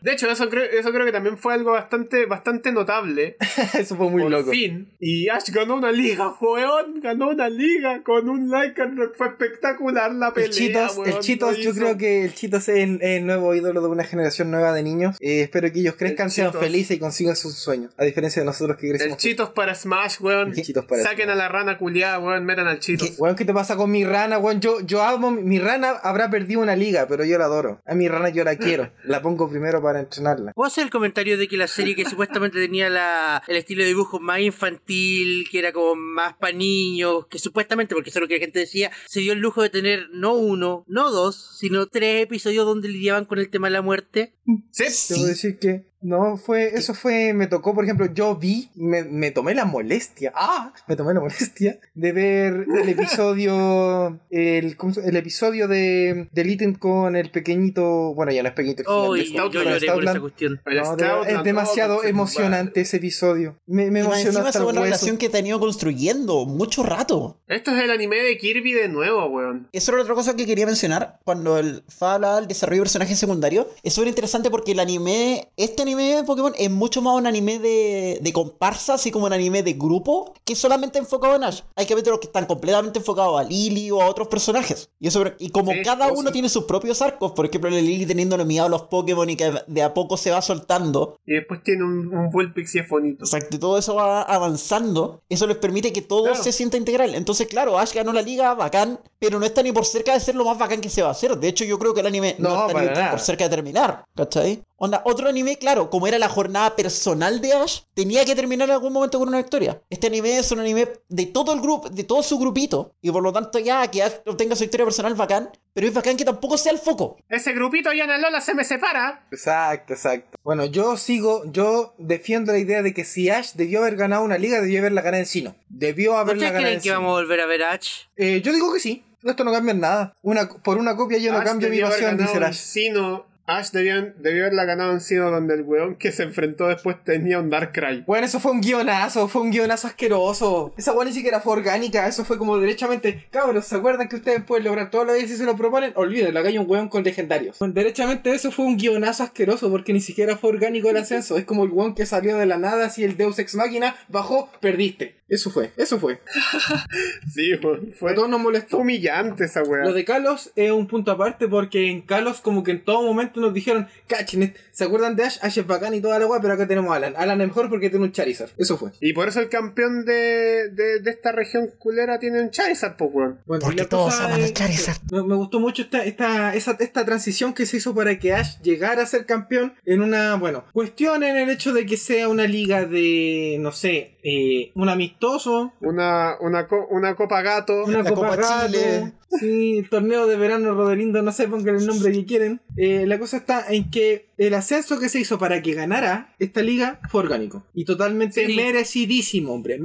S1: De hecho, eso creo, eso creo que también fue algo bastante, bastante notable.
S3: Eso fue muy
S1: Por
S3: loco.
S1: fin. Y Ash ganó una liga, weón. Ganó una liga con un Lycanroc. Fue espectacular la pelea.
S3: El Cheetos,
S1: weón,
S3: el
S1: lo
S3: Cheetos, yo
S1: hizo.
S3: creo que el Cheetos es el, el nuevo ídolo de una generación nueva de niños. Eh, espero que ellos crezcan,
S1: El
S3: sean
S1: Cheetos.
S3: felices y consigan sus sueños. A diferencia de nosotros que
S1: El
S3: crecimos.
S1: Cheetos para Smash, weón.
S3: El Cheetos para
S1: Saquen
S3: Smash.
S1: a la rana culiada, weón. Metan al Cheetos.
S3: Weón, ¿qué te pasa con mi rana, weón? Yo, yo amo, mi rana habrá perdido una liga, pero yo la adoro. A mi rana yo la quiero. La pongo primero para entrenarla.
S2: ¿Puedo hacer el comentario de que la serie que supuestamente tenía la, el estilo de dibujo más infantil, que era como más para niños, que supuestamente, porque eso es lo que la gente decía, se dio el lujo de tener no uno, no dos, sino tres episodios donde lidiaban con el tema de la muerte?
S1: Sí.
S3: Debo
S4: Sí.
S3: decir que no fue, eso fue, me tocó, por ejemplo, yo vi, me, me tomé la molestia, ah, me tomé la molestia de ver el episodio, el, ¿cómo se- el episodio de, del ítem con el pequeñito, bueno, ya no es pequeñito, el
S2: Oh, y
S3: gigantesco,
S2: yo
S1: Stoutland,
S3: pero
S2: lloré por esa
S3: Stoutland,
S2: cuestión.
S1: El
S3: no, de-
S1: Stoutland,
S3: es demasiado
S1: oh,
S3: emocionante ese episodio. Me, me
S4: Y más
S3: emocionó
S4: encima
S3: hasta
S4: esa
S3: el
S4: buena
S3: hueso.
S4: relación que he tenido construyendo mucho rato.
S1: Esto es el anime de Kirby de nuevo, weón.
S4: Eso era otra cosa que quería mencionar cuando el Fa hablaba del desarrollo de personajes secundarios. Es súper interesante porque el anime, este anime de Pokémon es mucho más un anime de, de comparsa, así como un anime de grupo, que solamente enfocado en Ash. Hay capítulos que están completamente enfocados a Lily o a otros personajes. Y, eso, y como
S1: Sí,
S4: cada
S1: oh,
S4: uno
S1: sí.
S4: tiene sus propios arcos, por ejemplo, la Lily teniendo nominado a los Pokémon y que de a poco se va soltando,
S1: Y después tiene un, un Bullpix y es bonito.
S4: Exacto, y todo eso va avanzando, eso les permite que todo
S1: Claro.
S4: se sienta integral. Entonces, claro, Ash ganó la liga, bacán, pero no está ni por cerca de ser lo más bacán que se va a hacer. De hecho, yo creo que el anime no,
S3: No,
S4: está ni
S3: para nada.
S4: por cerca de terminar, ¿cachai? Onda, otro anime, claro, como era la jornada personal de Ash, tenía que terminar en algún momento con una victoria. Este anime es un anime de todo el grupo, de todo su grupito, y por lo tanto ya que Ash obtenga su victoria personal, bacán, pero es bacán que tampoco sea el foco.
S1: Ese grupito ya en Alola se me separa.
S3: Exacto, exacto. Bueno, yo sigo, yo defiendo la idea de que si Ash debió haber ganado una liga, debió haberla ganado en Sino. Debió haberla
S2: ¿Ustedes
S3: ganado
S2: creen
S3: en
S2: que
S3: Sinnoh.
S2: vamos a volver a ver a Ash?
S3: Eh, yo digo que sí. Esto no cambia en nada. Una, por una copia yo no
S1: Ash
S3: cambio mi
S1: debió haber
S3: pasión,
S1: ganado
S3: dice el
S1: en
S3: Ash.
S1: Sinnoh. Ash debió, debió haberla ganado en Sino donde el weón que se enfrentó después tenía un Darkrai.
S3: Bueno, eso fue un guionazo, fue un guionazo asqueroso. Esa weá ni siquiera fue orgánica, eso fue como derechamente. Cabros, ¿se acuerdan que ustedes pueden lograr todo lo que si se lo proponen? Olvídenlo, acá hay un weón con legendarios. Bueno, derechamente eso fue un guionazo asqueroso porque ni siquiera fue orgánico el ascenso. Es como el weón que salió de la nada, así el Deus Ex Máquina, bajó, perdiste. Eso fue, eso fue.
S1: Sí, weón.
S3: A
S1: Fue
S3: todos nos molestó.
S1: humillante esa weá.
S3: Lo de Kalos es un punto aparte porque en Kalos como que en todo momento nos dijeron, cachen, eh, ¿se acuerdan de Ash? Ash es bacán y toda la weá, pero acá tenemos a Alan. Alan es mejor porque tiene un Charizard. Eso fue.
S1: Y por eso el campeón de, de, de esta región culera tiene un Charizard, po, weón.
S3: Bueno,
S4: Porque
S3: y la
S4: todos
S3: cosa
S4: aman al
S3: es-
S4: Charizard.
S3: Me, me gustó mucho esta, esta, esa- esta transición que se hizo para que Ash llegara a ser campeón en una, bueno, cuestión en el hecho de que sea una liga de, no sé, eh, un amistoso,
S1: Una, una, co- una copa gato.
S3: una
S4: La
S3: Copa,
S4: Copa
S3: Gato,
S4: Chile.
S3: Sí, el torneo de verano Rodelindo, no sé, pongan el nombre que quieren. Eh, la cosa está en que el ascenso que se hizo para que ganara esta liga fue orgánico. Y totalmente
S2: Sí.
S3: merecidísimo, hombre.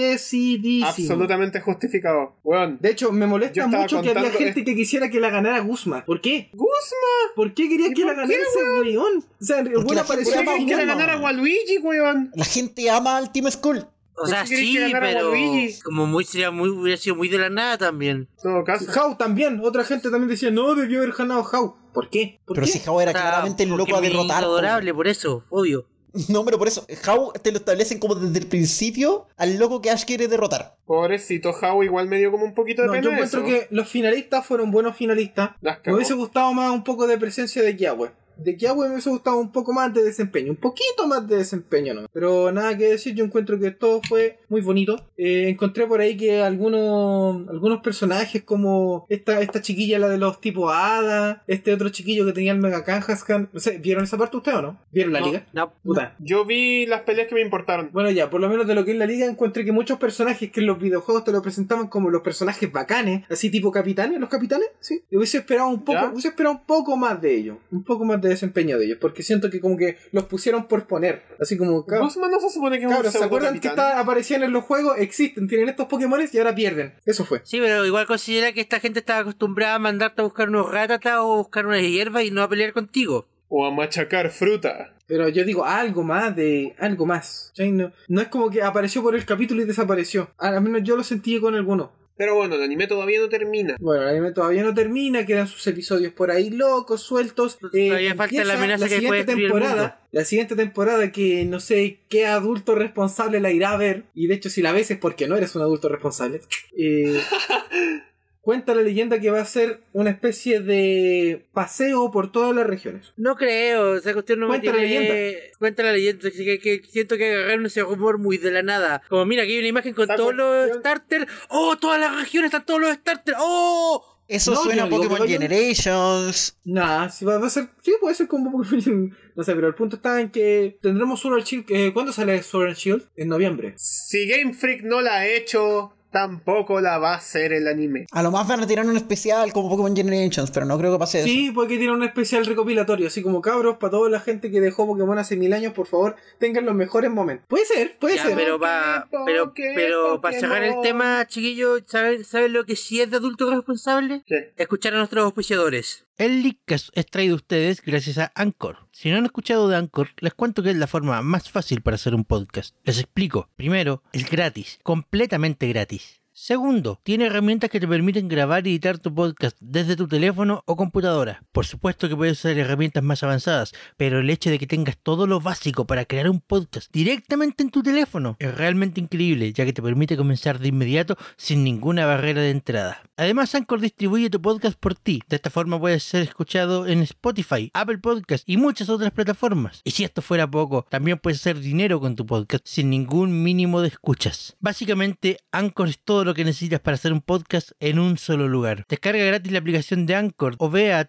S3: Merecidísimo.
S1: absolutamente justificado. Weón.
S3: De hecho, me molesta
S1: Yo estaba
S3: mucho que había
S1: contando-
S3: gente que quisiera que la ganara Guzma. ¿por qué?
S1: Guzma,
S3: ¿Por qué quería
S1: ¿Y
S3: que la
S1: por
S3: ganara
S1: qué,
S3: ese weón? O sea, el weón
S4: la
S1: ¿por
S3: aparecía
S1: qué
S4: gente
S3: para
S1: querés que le
S4: Guzma.
S1: ganara a Waluigi, weón?
S4: La gente ama al Team Skull.
S2: O sea,
S1: qué querés
S2: sí,
S1: que ganara
S2: pero
S1: Waluigi?
S2: como muy sería muy hubiera sido muy de la nada también.
S1: En todo caso.
S3: How también, otra gente también decía, no, debió haber ganado How. ¿Por qué? ¿Por
S4: Pero
S3: qué?
S4: si How era
S2: O sea,
S4: claramente el
S2: porque
S4: loco a
S2: mi
S4: derrotar. po.
S2: adorable por eso, obvio.
S4: No, pero por eso, How te lo establecen como desde el principio al loco que Ash quiere derrotar.
S1: Pobrecito How igual me dio como un poquito de
S3: No,
S1: pena.
S3: yo encuentro
S1: eso.
S3: que los finalistas fueron buenos finalistas.
S1: Las
S3: Me
S1: cagó.
S3: hubiese gustado más un poco de presencia de Kiawe. De Kiawe me hubiese gustado un poco más de desempeño, un poquito más de desempeño, ¿no? Pero nada que decir, yo encuentro que todo fue muy bonito. Eh, encontré por ahí que algunos algunos personajes como esta, esta chiquilla, la de los tipo Hada, este otro chiquillo que tenía el Mega Kangaskhan, no sé, ¿vieron esa parte ustedes o no? ¿Vieron la
S2: No,
S3: liga?
S2: no.
S3: Puta.
S1: Yo vi las peleas que me importaron.
S3: Bueno, ya, por lo menos de lo que es la liga, encuentro que muchos personajes que en los videojuegos te lo presentaban como los personajes bacanes, así tipo capitanes, los capitanes, sí. Yo hubiese esperado un poco,
S1: ¿Ya?
S3: hubiese esperado un poco más de ellos, un poco más de desempeño de ellos, porque siento que como que los pusieron por poner, así como cab-
S1: Guzma no se supone que es
S3: cabros,
S1: un
S3: ¿se
S1: pseudo
S3: acuerdan que
S1: capitán?
S3: estaban- aparecían en los juegos? Existen, tienen estos Pokémon y ahora pierden. Eso fue.
S2: Sí, pero igual considera que esta gente está acostumbrada a mandarte a buscar unos ratatas o buscar unas hierbas y no a pelear contigo.
S1: O a machacar fruta.
S3: Pero yo digo algo más de algo más. ¿cachai? No, no es como que apareció por el capítulo y desapareció. Al menos yo lo sentí con alguno.
S1: Pero bueno, el anime todavía no termina.
S3: Bueno, el anime todavía no termina, quedan sus episodios por ahí locos, sueltos. Eh,
S2: Todavía falta la
S3: empieza
S2: amenaza que puede destruir el mundo.
S3: temporada, La siguiente temporada que no sé qué adulto responsable la irá a ver, y de hecho si la ves es porque no eres un adulto responsable. eh, cuenta la leyenda que va a ser una especie de paseo por todas las regiones.
S2: No creo, esa cuestión no
S3: Cuenta
S2: me
S3: la
S2: tiene- Cuenta la leyenda, que, que- que siento que agarraron ese rumor muy de la nada. Como mira, aquí hay una imagen con
S1: Esa
S2: todos los
S1: cuestión-
S2: starters. ¡Oh, todas las regiones están todos los starters! ¡Oh!
S4: Eso
S3: No, yo
S4: suena a
S3: digo que
S4: Pokémon
S3: vayan-
S4: Generations.
S3: Nah, si va, va a ser, sí, puede ser como Pokémon. No sé, pero el punto está en que tendremos Sword and Shield. eh, ¿Cuándo sale Sword and Shield? En noviembre.
S1: Si Game Freak no la ha hecho, tampoco la va a hacer el anime.
S4: A lo más van a tirar un especial como Pokémon Generations, pero no creo que pase eso.
S3: Sí, porque tiene un especial recopilatorio, así como cabros, para toda la gente que dejó Pokémon hace mil años, por favor, tengan los mejores momentos. Puede ser, puede
S2: Ya,
S3: ser.
S2: pero para
S1: Poké,
S2: pero,
S1: Poké,
S2: pero para cerrar el
S1: Pokémon.
S2: tema, chiquillos, ¿saben, ¿saben lo que sí es de adulto responsable?
S1: ¿Qué?
S2: Escuchar a nuestros auspiciadores.
S5: El Leadcast es traído a ustedes gracias a Anchor. Si no han escuchado de Anchor, les cuento que es la forma más fácil para hacer un podcast. Les explico. Primero, es gratis, completamente gratis. Segundo, tiene herramientas que te permiten grabar y editar tu podcast desde tu teléfono o computadora. Por supuesto que puedes usar herramientas más avanzadas, pero el hecho de que tengas todo lo básico para crear un podcast directamente en tu teléfono es realmente increíble, ya que te permite comenzar de inmediato sin ninguna barrera de entrada. Además, Anchor distribuye tu podcast por ti. De esta forma puedes ser escuchado en Spotify, Apple Podcast y muchas otras plataformas. Y si esto fuera poco, también puedes hacer dinero con tu podcast sin ningún mínimo de escuchas. Básicamente, Anchor es todo lo que necesitas para hacer un podcast en un solo lugar. Descarga gratis la aplicación de Anchor o ve a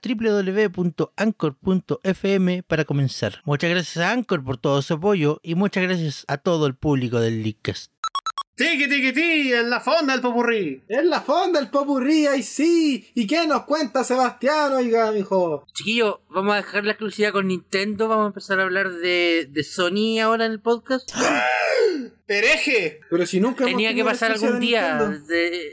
S5: www.anchor.fm para comenzar. Muchas gracias a Anchor por todo su apoyo y muchas gracias a todo el público del Leadcast.
S1: Tiki tiki ti, en la fonda del popurrí.
S3: Es la fonda el popurría y sí. ¿Y qué nos cuenta Sebastián, oiga, mijo?
S2: Chiquillos, vamos a dejar la exclusividad con Nintendo. Vamos a empezar a hablar de, de Sony ahora en el podcast.
S3: Ah,
S1: ¡Hereje!
S3: Pero si nunca hemos
S2: tenía que
S3: tenido la
S2: pasar
S3: exclusiva
S2: algún día.
S3: de Nintendo.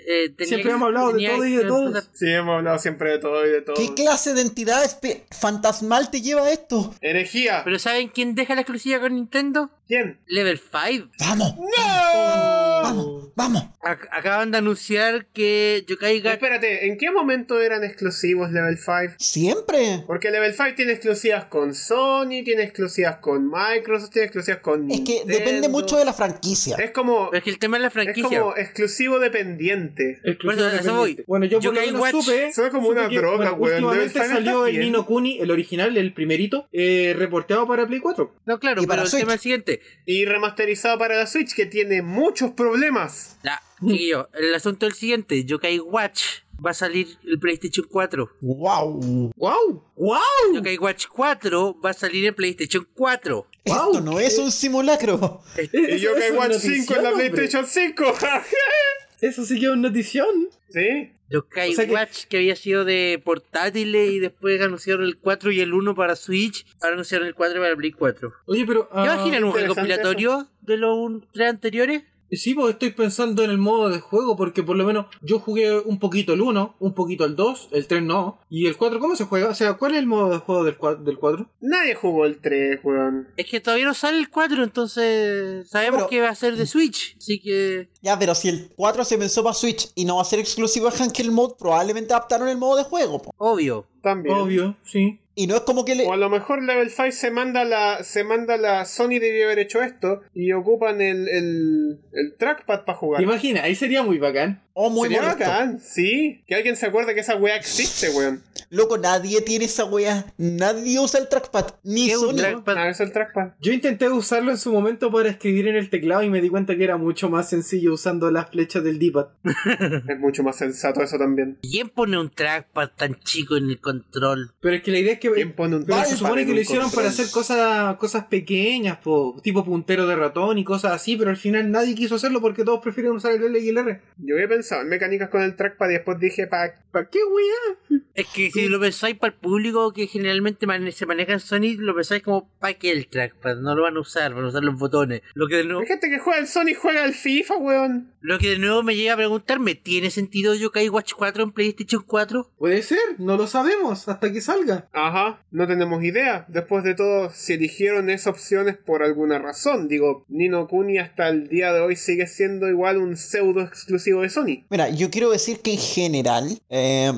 S2: de- eh, tenía
S3: Siempre
S2: que-
S3: hemos hablado de
S2: tenía
S3: todo y de
S2: que-
S3: todos.
S1: Sí, hemos hablado siempre de todo y de todo.
S4: ¿Qué clase de entidad espe- fantasmal te lleva a esto?
S1: Herejía.
S2: Pero ¿saben quién deja la exclusividad con Nintendo?
S1: ¿Quién?
S2: Level 5.
S4: ¡Vamos! ¡Vamos! ¡Vamos!
S2: Ac- acaban de anunciar que Yokai Gacha.
S1: Espérate, ¿en qué momento eran exclusivos Level 5?
S4: ¡Siempre!
S1: Porque Level 5 tiene exclusivas con Sony, tiene exclusivas con Microsoft, tiene exclusivas con.
S4: Es que
S1: Nintendo.
S4: depende mucho de la franquicia.
S1: Es como.
S2: Pero es que el tema es la
S1: Es
S2: franquicia.
S1: como exclusivo dependiente.
S2: Bueno, a eso voy.
S3: Bueno, yo por lo
S2: Yo-Kai
S3: menos
S2: Watch.
S3: supe.
S1: Suena como
S3: supe
S1: una droga, weón.
S3: Últimamente
S1: Debe estar
S3: salió el
S1: bien.
S3: Nino Kuni, el original, el primerito, eh, reporteado para Play 4.
S2: No, claro,
S4: Y
S2: pero
S4: para
S2: el
S4: Switch.
S2: tema es el siguiente.
S1: Y remasterizado para la Switch, que tiene muchos problemas.
S2: La,
S3: Mm.
S2: chiquillo, el asunto es el siguiente. Yokai Watch va a salir el PlayStation 4.
S3: Uh.
S4: ¡Wow!
S3: ¡Wow! ¡Wow!
S2: Yokai Watch 4 va a salir en PlayStation 4.
S3: Guau,
S4: Esto no
S3: qué-
S4: es un simulacro.
S3: E-,
S1: Y yo que Watch 5 en la PlayStation 5.
S3: Eso sí que es una notición.
S1: ¿Sí?
S2: Yokai
S3: O sea que-
S2: Watch que había sido de portátiles y después anunciaron el 4 y el 1 para Switch. Ahora anunciaron el 4 para Play 4.
S3: Oye, pero.
S2: ¿Te
S3: ah,
S2: imaginas un
S1: interesante
S2: recopilatorio de los un- tres anteriores?
S3: Sí, pues estoy pensando en el modo de juego, porque por lo menos yo jugué un poquito el 1, un poquito el 2, el 3 no. ¿Y el 4 cómo se juega? O sea, ¿cuál es el modo de juego del 4? Del 4?
S1: Nadie jugó el 3, weón.
S2: Es que todavía no sale el 4, entonces sabemos
S4: Pero-
S2: que va a ser de Switch. Así que
S4: Ya, pero si el 4 se pensó para Switch y no va a ser exclusivo a Handheld Mode, probablemente adaptaron el modo de juego. po.
S2: Obvio.
S1: También.
S3: Obvio, sí.
S4: Y no es como que le.
S1: O a lo mejor Level 5 se manda la. Se manda la. Sony debió haber hecho esto. Y ocupan el, el, el trackpad para
S3: ¿Te
S1: jugar.
S3: imaginas? Ahí sería muy bacán.
S4: Oh, muy
S1: Sería
S4: molesto.
S1: bacán, sí. Que alguien se acuerde que esa weá existe, weón.
S4: Loco, nadie tiene esa wea. Nadie usa el trackpad. Ni
S2: ¿Qué es un
S4: Sony.
S2: trackpad?
S1: Ah, es el trackpad.
S3: Yo intenté usarlo en su momento para escribir en el teclado y me di cuenta que era mucho más sencillo usando las flechas del D-pad.
S1: Es mucho más sensato eso también.
S2: ¿Quién pone un trackpad tan chico en el control?
S3: Pero es que la idea es que.
S1: ¿Quién pone un
S3: Pero
S1: trackpad
S3: se supone
S1: en
S3: que
S1: un
S3: lo hicieron
S1: control?
S3: para hacer cosas, cosas pequeñas, po, tipo puntero de ratón y cosas así, pero al final nadie quiso hacerlo porque todos prefieren usar el L y el R.
S1: Yo había pensado en mecánicas con el trackpad y después dije, pa.
S3: ¿Para qué, weá?
S2: Es que si lo pensáis para el público que generalmente mane- se maneja en Sony, lo pensáis como para qué el trackpad. No lo van a usar, van a usar los botones. Lo que de nuevo,
S1: Hay gente que juega al Sony y juega al FIFA, weón.
S2: lo que de nuevo me llega a preguntarme, ¿tiene sentido Yokai Watch 4 en PlayStation 4?
S3: Puede ser, no lo sabemos hasta que salga.
S1: Ajá, no tenemos idea. Después de todo, si eligieron esas opciones por alguna razón. Digo, Nino Kuni hasta el día de hoy sigue siendo igual un pseudo exclusivo de Sony.
S4: Mira, yo quiero decir que en general. eh,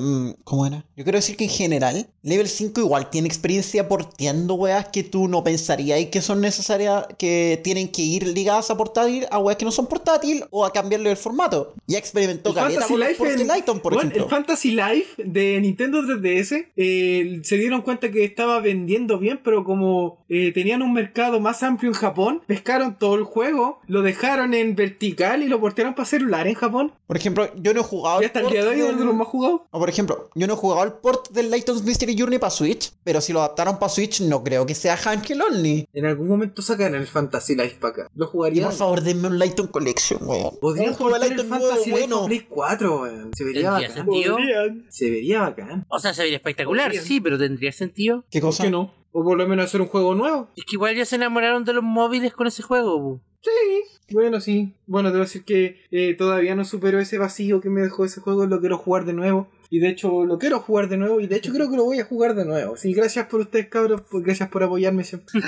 S4: ¿Cómo era? Yo quiero decir que en general, Level 5 igual tiene experiencia porteando weas que tú no pensarías y que son necesarias, que tienen que ir ligadas a portátil, a weas que no son portátil o a cambiarle el formato. Ya experimentó
S3: El
S4: caleta con el Forza
S3: en-
S4: Lighton, por
S3: Bueno,
S4: ejemplo.
S3: el Fantasy Life de Nintendo 3DS eh, se dieron cuenta que estaba vendiendo bien, pero como eh, tenían un mercado más amplio en Japón, pescaron todo el juego, lo dejaron en vertical y lo portearon para celular en Japón.
S4: Por ejemplo, yo no he jugado.
S3: Y
S4: al
S3: hasta el
S4: port
S3: día de hoy es
S4: del-
S3: uno de los más jugados.
S4: O por ejemplo, yo no he jugado el port del Lighton's Mystery Journey para Switch, pero si lo adaptaron para Switch, no creo que sea Handheld Only.
S3: En algún momento sacan el Fantasy Life para acá. Lo
S4: Y
S3: jugaría.
S4: por favor, denme un Lighton Collection, weón.
S3: Podrían
S4: Un juego de
S3: portar el
S4: Lighton nuevo,
S3: Fantasy Life
S4: bueno.
S3: a Play 4, weón. Se vería
S2: Tendría
S3: bacán.
S2: sentido.
S1: Podrían.
S3: Se vería bacán.
S2: O sea, sería espectacular,
S1: Podrían.
S2: sí, pero tendría sentido.
S4: ¿Qué
S3: ¿Por
S4: cosa?
S3: qué no? O por lo menos hacer un juego nuevo.
S2: Es que igual ya se enamoraron de los móviles con ese juego. bu.
S3: Sí, bueno, sí. Bueno, debo decir que eh, todavía no supero ese vacío que me dejó ese juego. Lo quiero jugar de nuevo. Y de hecho, lo quiero jugar de nuevo. Y de hecho, creo que lo voy a jugar de nuevo. Sí, gracias por ustedes, cabros. por- Gracias por apoyarme siempre.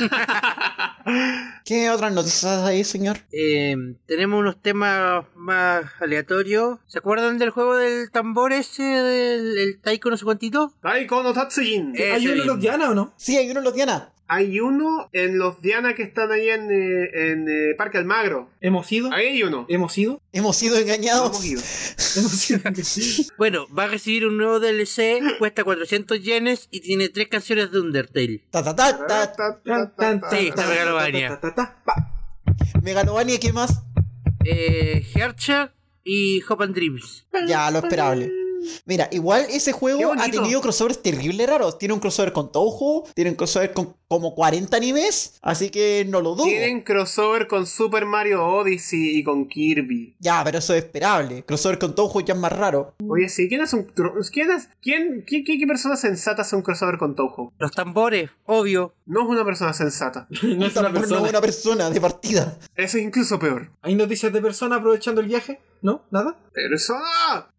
S4: ¿Qué otras noticias hay, señor?
S2: Eh, tenemos unos temas más aleatorios. ¿Se acuerdan del juego del tambor ese, del el Taiko no sé cuántito?
S1: Taiko no Tatsujin.
S2: Eh.
S3: ¿Hay
S2: Ese
S3: uno en
S2: mismo.
S3: los Diana o no?
S4: Sí, hay uno en los Diana.
S1: Hay uno en los Diana que están ahí en, eh, en eh, Parque Almagro.
S3: ¿Hemos ido?
S1: Ahí hay uno.
S3: ¿Hemos ido?
S4: Hemos sido engañados.
S1: Hemos ido.
S3: ¿Hemos ido?
S2: Bueno, va a recibir un nuevo DLC, cuesta 400 yenes y tiene tres canciones de Undertale.
S4: Ta ta ta ta.
S3: Tan, tan, tan,
S2: Sí, está
S3: tan,
S2: Megalovania.
S3: ta, ta, ta, ta, pa.
S4: Megalovania, ¿qué más?
S2: Eh, Hearcher y Hope and Dreams.
S4: Ya, lo esperable. Mira, igual ese
S1: Qué
S4: juego
S1: bonito.
S4: ha tenido crossovers terrible raros. Tiene un crossover con Touhou, tiene un crossover con como 40 animes, así que no lo dudo.
S1: Tienen crossover con Super Mario Odyssey y con Kirby.
S4: Ya, pero eso es esperable. Crossover con Touhou ya es más raro.
S1: Oye, sí, ¿quién es un tro- quién es quién qué, qué, qué persona sensata hace un crossover con Touhou?
S2: Los tambores, obvio.
S1: No es una persona sensata.
S3: No es una
S4: Tampoco
S3: persona.
S4: una persona de partida.
S1: Eso es incluso peor.
S3: ¿Hay noticias de persona aprovechando el viaje? ¿No? ¿Nada?
S1: Persona.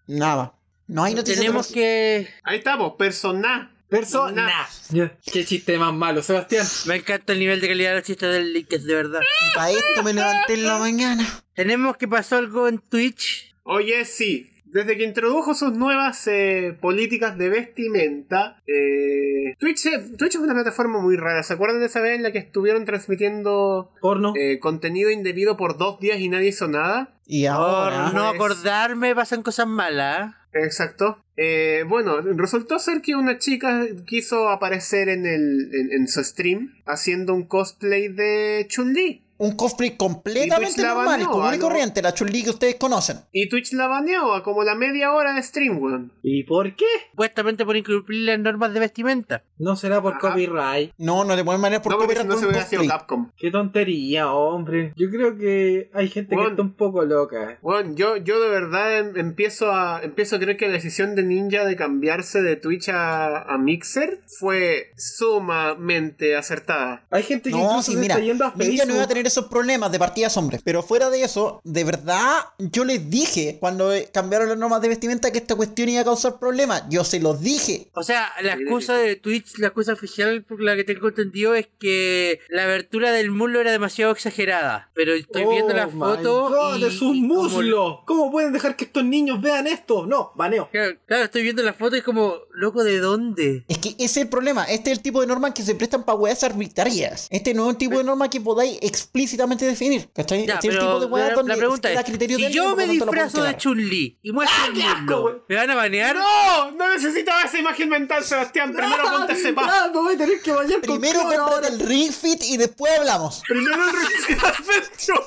S4: Nada. No hay noticias. de
S2: Tenemos
S4: cross-
S2: que...
S1: Ahí ¡ah! estamos, persona.
S6: Persona. Ya, Qué chiste más malo, Sebastián.
S2: Me encanta el nivel de calidad de los chistes del link, es de verdad.
S4: Y para esto me levanté en la mañana.
S2: Tenemos que pasó algo en Twitch.
S1: Oye, sí. Desde que introdujo sus nuevas eh, políticas de vestimenta, eh, Twitch, eh, Twitch es una plataforma muy rara. ¿Se acuerdan de esa vez en la que estuvieron transmitiendo
S6: Porno.
S1: eh, contenido indebido por dos días y nadie hizo nada?
S4: Y
S2: Por
S4: ahora.
S2: Oh, no
S1: pues.
S2: acordarme pasan cosas malas.
S1: Exacto. Eh, bueno, resultó ser que una chica quiso aparecer en, el, en, en su stream haciendo un cosplay de Chun-Li.
S4: Un cosplay
S1: Y Twitch
S4: completamente
S1: la
S4: normal,
S1: baneó,
S4: común y
S1: ¿no?
S4: corriente, la chun que ustedes conocen.
S1: Y Twitch la baneó a como la media hora de stream, weón.
S6: ¿Y por qué?
S2: Supuestamente por incumplir las normas de vestimenta.
S6: No será por
S3: Ah.
S1: Ajá.
S6: copyright.
S4: No, no le pueden manejar por
S1: No, porque
S4: copyright
S1: si no
S4: con
S1: se
S4: un
S1: hubiera sido
S4: cosplay.
S1: Capcom.
S6: Qué tontería, hombre. Yo creo que hay gente
S1: Bueno.
S6: que está un poco loca.
S1: Bueno, yo, yo de verdad em- empiezo a empiezo a creer que la decisión de Ninja de cambiarse de Twitch a, a Mixer fue sumamente acertada.
S6: Hay gente que
S4: No,
S6: incluso
S4: sí,
S6: se
S4: mira,
S6: está yendo a
S4: Ninja no iba a
S6: Facebook.
S4: tener esos problemas de partidas hombres. Pero fuera de eso, de verdad, yo les dije cuando eh, cambiaron las normas de vestimenta que esta cuestión iba a causar problemas. Yo se los dije.
S2: O sea, la
S1: Sí,
S2: excusa de Twitch, la excusa oficial por la que tengo entendido es que la abertura del muslo era demasiado exagerada. Pero estoy viendo
S6: Oh
S2: la
S6: my
S2: foto.
S6: God,
S2: y-
S6: de sus
S2: y como-
S6: muslos. ¿Cómo pueden dejar que estos niños vean esto? No, baneo.
S2: Claro, claro, estoy viendo la foto y es como, loco, ¿de dónde?
S4: Es que ese es el problema. Este es el tipo de normas que se prestan para weas arbitrarias. Este no es un tipo de norma que podáis explícitamente definir. ¿Cachai?
S2: Ya,
S4: Este es el tipo de
S2: la-
S4: weas donde
S2: la pregunta
S4: queda
S2: es,
S4: a criterio
S2: si
S4: del
S2: yo
S4: mismo
S2: me
S4: cuánto la pueden
S2: disfrazo de
S4: quemar.
S2: Chun-Li y muestro el muslo,
S6: güey!
S2: ¿me van a banear?
S1: ¡No! No necesitaba esa imagen mental, Sebastián. Primero ponte ese pa.
S6: Ah, me voy a tener que bañar con
S4: Primero
S6: cloro
S4: cómprate
S6: ahora.
S4: el Ring Fit y después hablamos.
S1: Primero Retro.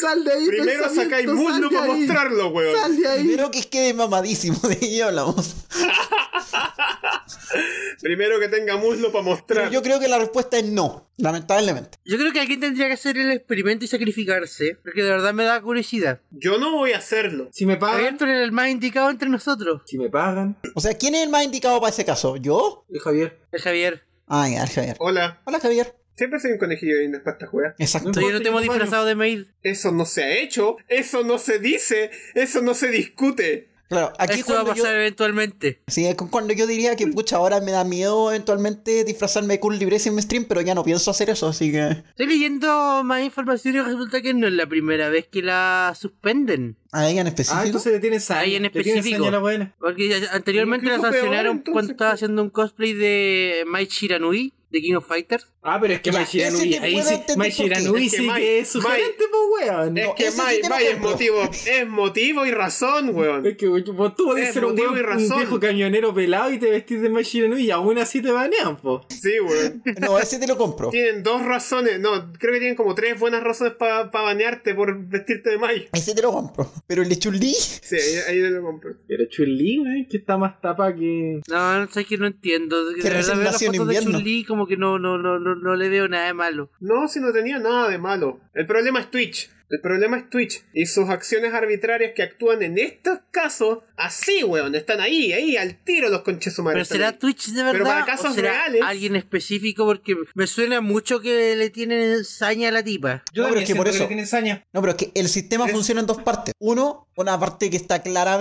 S6: Sal de ahí,
S1: Primero
S6: pensamiento,
S1: sacáis
S6: sal
S1: muslo
S6: de
S1: para
S6: ahí.
S1: mostrarlo, weón.
S6: Sal de ahí.
S4: Primero que quede mamadísimo, de ello hablamos.
S1: Primero que tenga muslo para mostrar.
S4: Yo creo que la respuesta es no, lamentablemente.
S2: Yo creo que alguien tendría que hacer el experimento y sacrificarse, porque de verdad me da curiosidad.
S1: Yo no voy a hacerlo.
S6: Si
S4: Ah.
S6: me pagan.
S2: Ayrton era el más indicado entre nosotros,
S6: Si me pagan.
S4: O sea, ¿quién es el más indicado para ese caso? ¿Yo?
S6: Eh, Javier.
S2: el Javier.
S4: Ah, ya, el Javier.
S1: Hola.
S4: Hola, Javier.
S1: Siempre soy un conejillo de indias para esta juega.
S4: Exacto.
S2: Todavía no te hemos disfrazado de maid.
S1: Eso no se ha hecho. Eso no se dice. Eso no se discute.
S4: Claro, aquí
S2: Esto va a
S4: cuando yo,
S2: pasar eventualmente.
S4: sí, cu- cuando yo diría que, pucha, ahora me da miedo eventualmente disfrazarme con libreza en mi stream, pero ya no pienso hacer eso, así que...
S2: Estoy leyendo más información y resulta que no es la primera vez que la suspenden.
S4: ¿A ella en específico?
S6: Ah, entonces le tienen saña.
S2: Ahí en
S6: Le tienen
S2: específico.
S6: saña a la buena.
S2: Porque ya- anteriormente la
S1: Incluso peor,
S2: sancionaron
S1: entonces,
S2: cuando estaba
S1: pues.
S2: haciendo un cosplay de Mai Shiranui, de King of Fighters.
S6: Ah, pero es que
S4: Ya,
S6: Mai Shiranui.
S4: ese te
S6: Ahí
S4: puedo
S6: sí.
S4: entender
S6: Mai
S4: por qué.
S6: Shiranui
S1: Es que
S6: sí
S1: Mai-
S6: que es sugerente, pues, weón.
S1: Es
S4: No,
S1: que
S4: ese
S1: Mai,
S4: sí te lo
S1: Mai es
S4: compro.
S1: motivo, es motivo y razón, weón.
S6: Es que vos tú podés
S4: Eh,
S1: Es
S6: ser un,
S1: motivo
S6: weón-
S1: y razón.
S6: un viejo camionero pelado y te vestís de Mai Shiranui y aún así te banean, po.
S1: Sí, weón.
S4: No, ese te lo compro.
S1: Tienen dos razones, no, creo que tienen como tres buenas razones para banearte por vestirte de Mai.
S4: Ese te lo compro. Pero el de Chulí,
S1: Sí, ahí, ahí te lo compro.
S6: Pero Chun-Li, weón, que está más tapa que...
S2: No, no sé que no entiendo. De
S4: Que
S2: verdad
S4: recién
S2: veo las
S4: nació en
S2: fotos de
S4: invierno.
S2: Chun-Li como que no, no, no, no, no le veo nada de malo.
S1: No, si no tenía nada de malo. El problema es Twitch. El problema es Twitch y sus acciones arbitrarias que actúan en estos casos así, weón. Están ahí, ahí, al tiro los conches
S2: Pero
S1: humanos.
S2: será Twitch de verdad.
S1: Pero para
S2: ¿O
S1: casos
S2: será
S1: reales.
S2: Alguien específico, porque me suena mucho que le tienen saña a la tipa.
S4: Yo No, pero también es que siento por que eso- le
S6: tiene
S4: tienen
S6: saña.
S4: No, pero es que el sistema
S1: Es-
S4: funciona en dos partes. Uno, una parte que está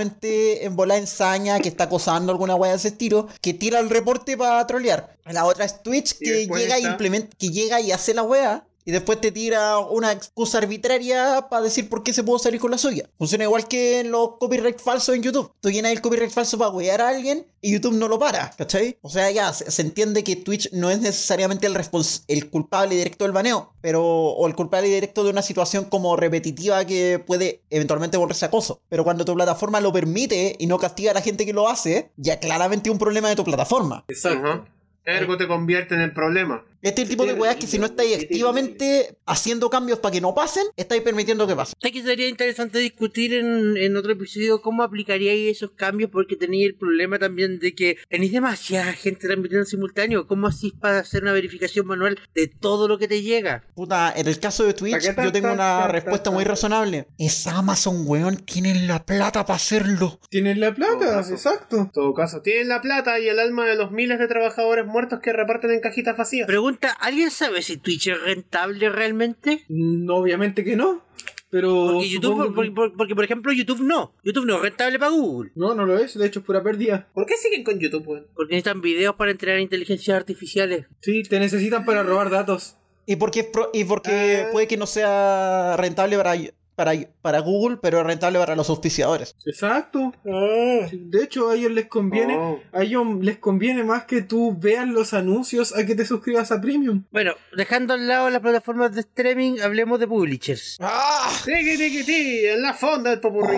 S4: claramente en bola en saña, que está acosando alguna wea de ese estilo, que tira el reporte para trolear. La otra es Twitch,
S1: Y
S4: que
S1: después
S4: llega, y
S1: está-
S4: implementa, que llega y hace la wea. Y después te tira una excusa arbitraria para decir por qué se pudo salir con la suya. Funciona igual que en los copyright falsos en YouTube. Tú llenas el copyright falso para wear a alguien y YouTube no lo para, ¿cachai? O sea, ya se, se entiende que Twitch no es necesariamente el, respons- el culpable directo del baneo, pero o el culpable directo de una situación como repetitiva que puede eventualmente volverse acoso. Pero cuando tu plataforma lo permite y no castiga a la gente que lo hace, ya claramente es un problema de tu plataforma.
S6: Exacto.
S1: Ajá. Ergo te convierte en el problema.
S4: Este es el tipo de weas que si no estáis activamente haciendo cambios para que no pasen, estáis permitiendo que pasen.
S2: Sé que sería interesante discutir en, en otro episodio cómo aplicaríais esos cambios, porque tenéis el problema también de que tenéis demasiada gente transmitiendo en simultáneo. ¿Cómo hacís para hacer una verificación manual de todo lo que te llega?
S4: Puta, en el caso de Twitch, yo tengo una respuesta muy razonable. Es Amazon, weón, tienen la plata para hacerlo.
S6: Tienen la
S1: Todo
S6: placa,
S1: eso.
S6: exacto.
S1: En todo caso, tienen la plata y el alma de los miles de trabajadores muertos que reparten en cajitas vacías.
S2: Pregunta, ¿alguien sabe si Twitch es rentable realmente?
S6: Mm, obviamente que no. Pero.
S1: Oh,
S2: Porque YouTube,
S6: supongo
S2: por-
S6: que-
S2: por- porque, por ejemplo, YouTube no. YouTube no es rentable para Google.
S6: No, no lo es, de hecho es pura pérdida.
S1: ¿Por qué siguen con YouTube, weón?
S2: Porque necesitan videos para entrenar inteligencias artificiales.
S6: Sí, te necesitan para robar datos.
S4: Y porque, es pro- y porque
S1: Ah.
S4: puede que no sea rentable para, para, para Google, pero es rentable para los auspiciadores.
S6: Exacto.
S1: Ah.
S6: De hecho, a ellos les conviene.
S1: Oh.
S6: A ellos les conviene más que tú veas los anuncios a que te suscribas a Premium.
S2: Bueno, dejando al lado las plataformas de streaming, hablemos de publishers.
S1: Tiqui, tiqui, ti, en la fonda del popurrí.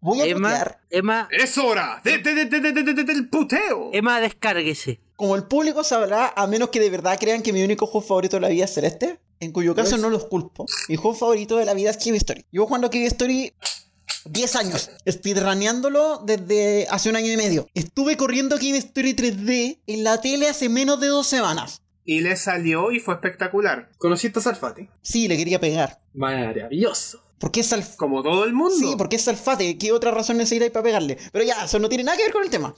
S4: Voy a
S2: Emma,
S4: tuitear.
S2: Emma,
S1: ¡Es hora de- de- de- de- de- de- de- del puteo!
S2: Emma, descárguese.
S4: Como el público sabrá, a menos que de verdad crean que mi único juego favorito de la vida es Celeste, en cuyo caso no los culpo. Mi juego favorito de la vida es Kirby Story. Llevo jugando a Kirby Story 10 años, speedraneándolo desde hace un año y medio. Estuve corriendo Kirby Story 3D en la tele hace menos de dos semanas.
S1: Y le salió y fue espectacular.
S6: ¿Conociste a Sarfati?
S4: Sí, le quería pegar.
S6: Maravilloso.
S4: ¿Por qué es al
S1: Como todo el mundo.
S4: Sí, porque es alfate. ¿Qué otra razón necesitáis para pegarle? Pero ya, eso no tiene nada que ver con el tema.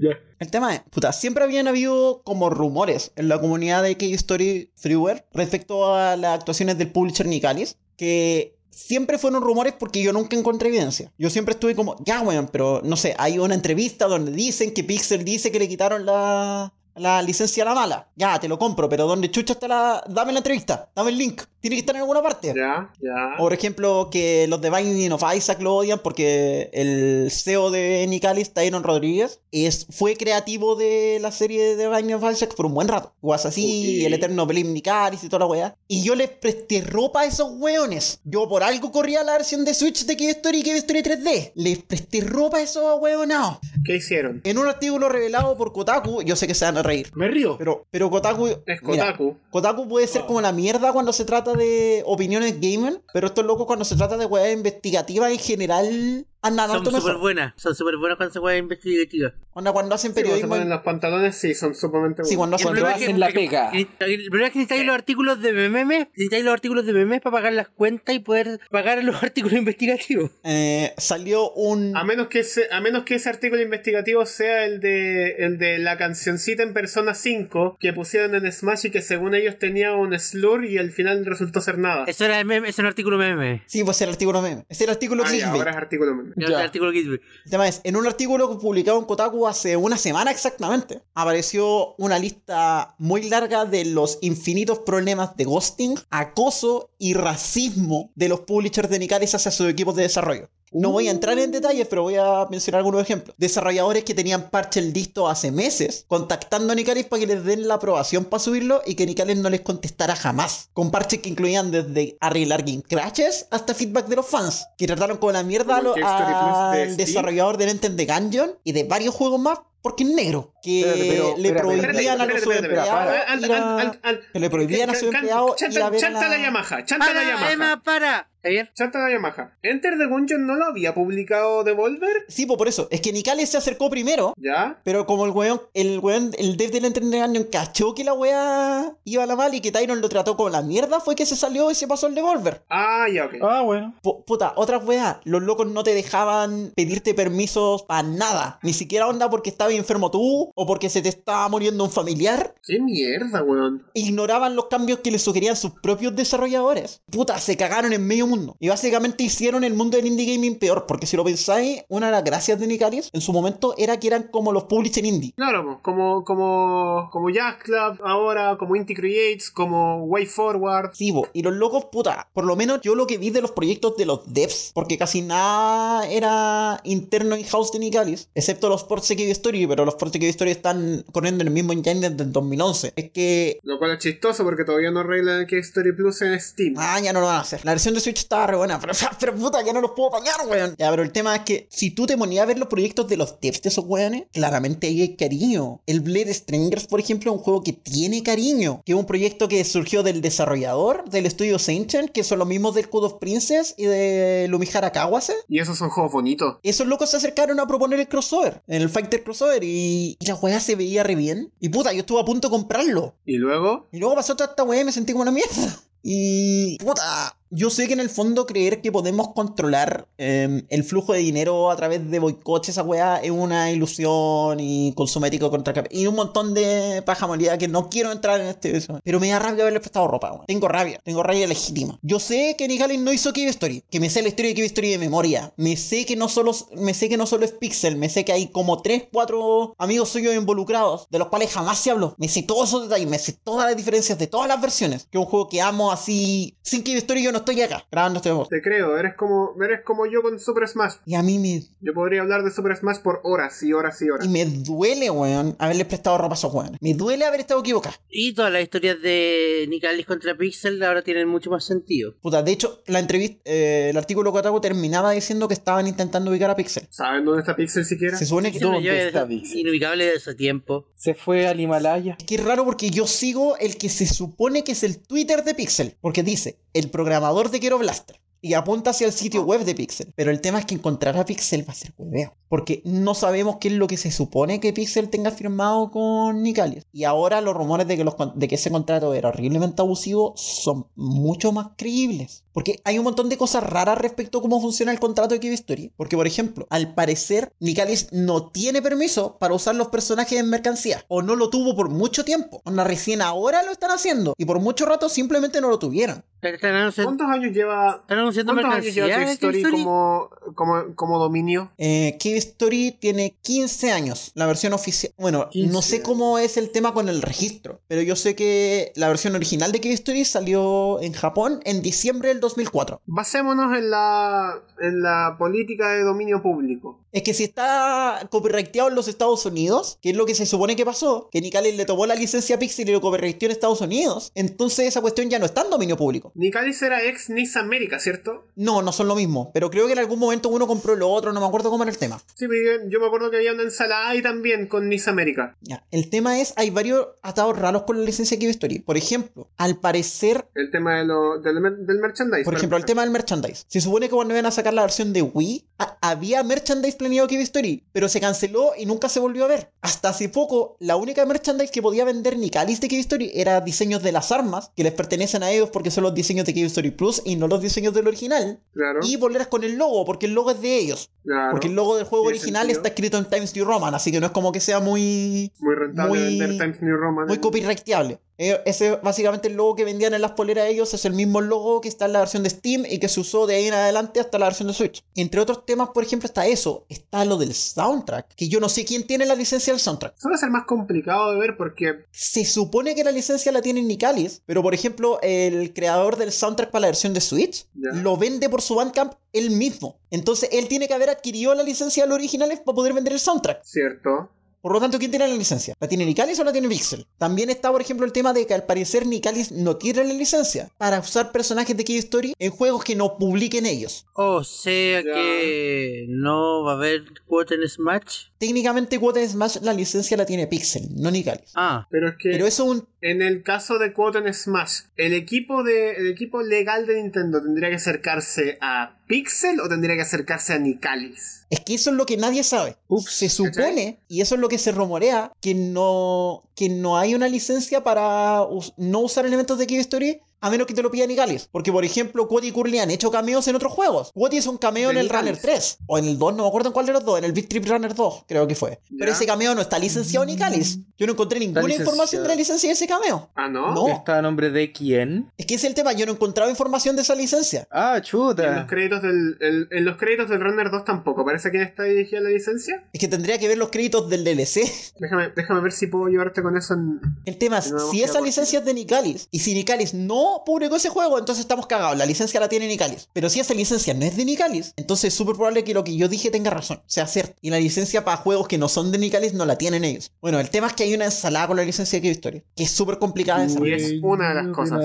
S6: Ya.
S4: El tema es, puta, siempre habían habido como rumores en la comunidad de K-Story Freeware respecto a las actuaciones del publisher Nicalis, que siempre fueron rumores porque yo nunca encontré evidencia. Yo siempre estuve como, ya, weón, pero no sé, hay una entrevista donde dicen que Pixel dice que le quitaron la... La licencia a la mala. Ya, te lo compro, pero ¿dónde chucha está la...? Dame la entrevista, dame el link. Tiene que estar en alguna parte.
S1: Ya, ya.
S4: O, Por ejemplo, que los de Binding of Isaac lo odian porque el CEO de Nicalis, Tyron Rodríguez, es, fue creativo de la serie de Binding of Isaac por un buen rato. O así,
S1: Ok.
S4: el eterno Blim Nicalis y toda la weá. Y yo les presté ropa a esos weones. Yo por algo corría la versión de Switch de Cave Story y Cave Story 3D. Les presté ropa a esos weonados.
S1: ¿Qué hicieron?
S4: En un artículo revelado por Kotaku, yo sé que se van a reír.
S6: Me río.
S4: Pero, pero Kotaku.
S1: Es
S4: mira,
S1: Kotaku.
S4: Kotaku puede ser como la mierda cuando se trata de opiniones gamer, pero estos locos cuando se trata de weas investigativas en general andan
S2: Son
S4: harto
S2: súper
S4: mejor.
S2: buenas. Son súper buenas cuando se juega investigativa.
S4: Onda, cuando hacen
S1: Sí, cuando se
S4: periodismo.
S1: ponen los pantalones, sí, son sumamente
S4: Sí,
S1: buenos.
S4: cuando hacen.
S2: problema
S4: Pero,
S2: es que-
S3: hacen la pega.
S2: El problema es que necesitáis los artículos de memes, necesitáis los artículos de memes para pagar las cuentas y poder pagar los artículos investigativos.
S4: eh, salió un.
S1: A menos, que ese, a menos que ese artículo investigativo sea el de, el de la cancioncita en Persona 5 que pusieron en Smash y que según ellos tenía un slur y al final resultó ser nada.
S2: Eso era el meme, es un artículo meme.
S4: Sí, pues el artículo meme. Es el artículo
S1: Ah, ya,
S4: clickbait.
S1: ahora es artículo meme.
S2: Era
S3: Ya.
S2: el artículo que-
S4: El tema es, en un artículo publicado en Kotaku hace una semana exactamente, apareció una lista muy larga de los infinitos problemas de ghosting, acoso y racismo de los publishers de Nicalis hacia sus equipos de desarrollo. No voy a entrar
S1: Mm.
S4: en detalles, pero voy a mencionar algunos ejemplos. Desarrolladores que tenían parches listos hace meses, contactando a Nicalis para que les den la aprobación para subirlo y que Nicalis no les contestara jamás. Con parches que incluían desde arreglar game crashes hasta feedback de los fans, que trataron con la mierda a
S1: Como
S4: lo-
S1: el Cave Story Plus de
S4: al
S1: Steam.
S4: desarrollador de Enten de Gungeon y de varios juegos más porque es negro, que
S3: Espérate, pero-
S4: le
S3: espérate,
S4: prohibían a
S1: Espérate,
S4: los
S1: espérate, espérate,
S4: empleados
S1: espérate. Al-
S4: ir a-
S1: al- al- al-
S4: que le prohibían a
S1: Can-
S4: sus
S1: can-
S4: empleados ir a
S1: Chanta
S4: ver
S1: chanta
S4: la-
S1: la Yamaha, chanta la
S2: ¡Para,
S1: Yamaha.
S2: Ah, Emma, para! ¿Está bien?
S1: Chanta la Yamaha. Enter the Gungeon no lo había publicado Devolver.
S4: Sí, pues por eso, es que Nicales se acercó primero,
S1: Ya.
S4: pero como el weón, el weón, el dev del Enten de Gungeon cachó que la wea iba a la mal y que Tyron lo trató como la mierda, fue que se salió y se pasó el devolver.
S1: Ah, ya, ok.
S6: Ah, bueno.
S4: Pu- Puta, otra weá, los locos no te dejaban pedirte permisos para nada. Ni siquiera onda porque estaba enfermo tú o porque se te estaba muriendo un familiar.
S1: Qué mierda, weón.
S4: ignoraban los cambios que les sugerían sus propios desarrolladores. Puta, se cagaron en medio mundo. Y básicamente hicieron el mundo del indie gaming peor, porque si lo pensáis, una de las gracias de Nicalis en su momento era que eran como los publishers indie.
S1: Claro, po, como, como, como Jazz Club ahora, como Inti Creates, como Way Forward.
S4: Sí, bo, y los locos, puta, por lo menos yo lo que vi de los proyectos de los devs, porque casi nada era interno in-house de Nicalis, excepto los ports de Cave Story, pero los ports de Cave Story están corriendo en el mismo engine desde el 2011. Es que
S1: Lo cual es chistoso porque todavía no arreglan el Story Plus en Steam.
S4: Ah, ya no lo van a hacer. La versión de Switch estaba re buena, pero, pero puta, ya no los puedo pagar, weón. Ya, pero el tema es que si tú te ponías a ver los proyectos de los devs de esos weones, claramente ahí hay cariño. El Blade Strangers, por ejemplo, es un juego que tiene cariño, que es un proyecto que surgió del desarrollador, del estudio Seichen, que son los mismos del Code of Princess y de Lumihara Kawase.
S1: Y esos son juegos bonitos.
S4: Esos locos se acercaron a proponer el crossover, el Fighter Crossover, y, y la weá se veía re bien. Y puta, yo estuve a punto de comprarlo.
S1: Y luego,
S4: Y luego pasó toda esta weá y me sentí como una mierda. Y. puta. Yo sé que en el fondo creer que podemos controlar eh, el flujo de dinero a través de boicotes, esa weá, es una ilusión y consumético contra cap- Y un montón de pajamonía que no quiero entrar en este eso. Pero me da rabia haberle prestado ropa, weón. Tengo rabia, tengo rabia legítima. Yo sé que Nick Allen no hizo Cave Story, que me sé la historia de Cave Story de memoria. Me sé que no solo, me sé que no solo es Pixel, me sé que hay como 3, 4 amigos suyos involucrados, de los cuales jamás se habló. Me sé todos esos detalles, me sé todas las diferencias de todas las versiones. Que es un juego que amo así. Sin Cave Story yo no estoy acá, grabando este juego.
S1: Te creo, eres como, eres como yo con Super Smash.
S4: Y a mí me
S1: Yo podría hablar de Super Smash por horas y horas y horas.
S4: Y me duele, weón, haberle prestado ropa a esos weones. Me duele haber estado equivocado.
S2: Y todas las historias de Nicalis contra Pixel ahora tienen mucho más sentido.
S4: Puta, de hecho, la entrevista, eh, el artículo que Otaku terminaba diciendo que estaban intentando ubicar a Pixel.
S1: ¿Saben dónde está Pixel siquiera?
S4: Se supone que
S2: Pixel me
S3: ¿Dónde
S2: lleva desde-
S3: está Pixel?
S2: inubicable desde hace tiempo.
S3: Se fue al Himalaya.
S4: Es que es raro porque yo sigo el que se supone que es el Twitter de Pixel. Porque dice, el programador de Quiero Blaster. Y apunta hacia el sitio web de Pixel. Pero el tema es que encontrar a Pixel va a ser hueveo. Porque no sabemos qué es lo que se supone que Pixel tenga firmado con Nicalis. Y ahora los rumores de que, los con- de que ese contrato era horriblemente abusivo son mucho más creíbles. Porque hay un montón de cosas raras respecto a cómo funciona el contrato de Cave Story. Porque, por ejemplo, al parecer, Nicalis no tiene permiso para usar los personajes en mercancía. O no lo tuvo por mucho tiempo. Onda, recién ahora lo están haciendo. Y por mucho rato simplemente no lo tuvieron.
S2: Están anunciando,
S1: ¿Cuántos años lleva,
S2: están anunciando
S1: ¿cuántos años
S2: mercancía
S1: lleva Cave
S2: de
S1: Story,
S2: Story.
S1: como, como, como dominio?
S4: Eh, Cave Story tiene 15 años, la versión oficial. Bueno,
S6: 15
S4: no sé cómo es el tema con el registro, pero yo sé que la versión original de Cave Story salió en Japón en diciembre del 2004.
S1: Basémonos en la, en la política de dominio público.
S4: Es que si está copyrighteado en los Estados Unidos, que es lo que se supone que pasó, que Nick Allen le tomó la licencia a Pixel y lo copyrighteó en Estados Unidos, entonces esa cuestión ya no está en dominio público.
S1: Nicalis era ex Nice América, ¿cierto?
S4: No, no son lo mismo, pero creo que en algún momento uno compró lo otro, no me acuerdo cómo era el tema.
S1: Sí, porque yo me acuerdo que había una ensalada ahí también con Nice América.
S4: Ya, El tema es, hay varios atados raros con la licencia de Cave Story. Por ejemplo, al parecer
S1: El tema de lo, del, mer- del merchandise.
S4: Por ejemplo, el tema del merchandise. Se supone que cuando iban a sacar la versión de Wii, a- había merchandise planeado Cave Story, pero se canceló y nunca se volvió a ver. Hasta hace poco, la única merchandise que podía vender Nicalis de Cave Story era diseños de las armas, que les pertenecen a ellos porque son los diseños de Cave Story Plus y no los diseños del original.
S1: Claro,
S4: Y boleras con el logo, porque el logo es de ellos.
S1: claro.
S4: Porque el logo del juego
S1: Tiene
S4: original
S1: sentido.
S4: está escrito en Times New Roman, así que no es como que sea muy
S1: Muy rentable
S4: muy-
S1: vender Times New Roman.
S4: muy
S1: en-
S4: copyrighteable. Eh, Ese básicamente el logo que vendían en las poleras de ellos es el mismo logo que está en la versión de Steam y que se usó de ahí en adelante hasta la versión de Switch. Entre otros temas, por ejemplo, está eso, está lo del soundtrack, que yo no sé quién tiene la licencia del soundtrack.
S1: Suele ser más complicado de ver porque
S4: Se supone que la licencia la tiene Nicalis, pero por ejemplo, el creador del soundtrack para la versión de Switch
S1: Ya.
S4: lo vende por su Bandcamp él mismo. Entonces, él tiene que haber adquirido la licencia de los originales para poder vender el soundtrack.
S1: Cierto.
S4: Por lo tanto, ¿quién tiene la licencia? ¿La tiene Nicalis o la tiene Pixel? También está, por ejemplo, el tema de que al parecer Nicalis no tiene la licencia para usar personajes de Key Story en juegos que no publiquen ellos.
S2: O sea
S1: Ya.
S2: que no va a haber cuota en Smash.
S4: Técnicamente, Quota en Smash la licencia la tiene Pixel, no Nicalis.
S2: Ah,
S1: Pero es que
S4: Pero eso es un.
S1: en el caso de Quoten Smash, ¿el equipo, de, ¿el equipo legal de Nintendo tendría que acercarse a Pixel o tendría que acercarse a Nicalis?
S4: Es que eso es lo que nadie sabe. se supone, y eso es lo que se rumorea, que no, que no hay una licencia para us- no usar elementos de Key Story. A menos que te lo pida Nicalis. Porque, por ejemplo, Quote y Curly han hecho cameos en otros juegos. Quote es un cameo
S1: De
S4: en el
S1: Nicalis.
S4: Runner 3. O en el 2, no me acuerdo en cuál de los dos. En el Big Trip Runner 2, creo que fue. Pero
S1: Ya. Mm.
S4: ese cameo no está licenciado en Nicalis. Yo no encontré ninguna
S3: licenciado.
S4: información de la licencia de ese cameo.
S1: Ah, ¿no?
S4: No.
S3: ¿Está a nombre de quién?
S4: Es que ese es el tema. Yo no encontraba información de esa licencia.
S3: Ah,
S1: En los
S3: chuta.
S1: créditos del, el- en los créditos del Runner 2 tampoco. ¿Parece quién está dirigida la licencia?
S4: Es que tendría que ver los créditos del DLC.
S1: Déjame, déjame ver si puedo ayudarte con eso en...
S4: El tema es,
S1: Pero vamos
S4: si
S1: a
S4: esa
S1: por
S4: licencia es de Nicalis y si Nicalis no publicó ese juego, entonces estamos cagados. La licencia la tiene Nicalis. Pero si esa licencia no es de Nicalis, entonces es súper probable que lo que yo dije tenga razón, sea cierto. Y la licencia para juegos que no son de Nicalis no la tienen ellos. Bueno, el tema es que hay una ensalada con la licencia de Cave Story, que es súper complicada de
S1: Y
S4: desarrollar.
S1: es una de las cosas.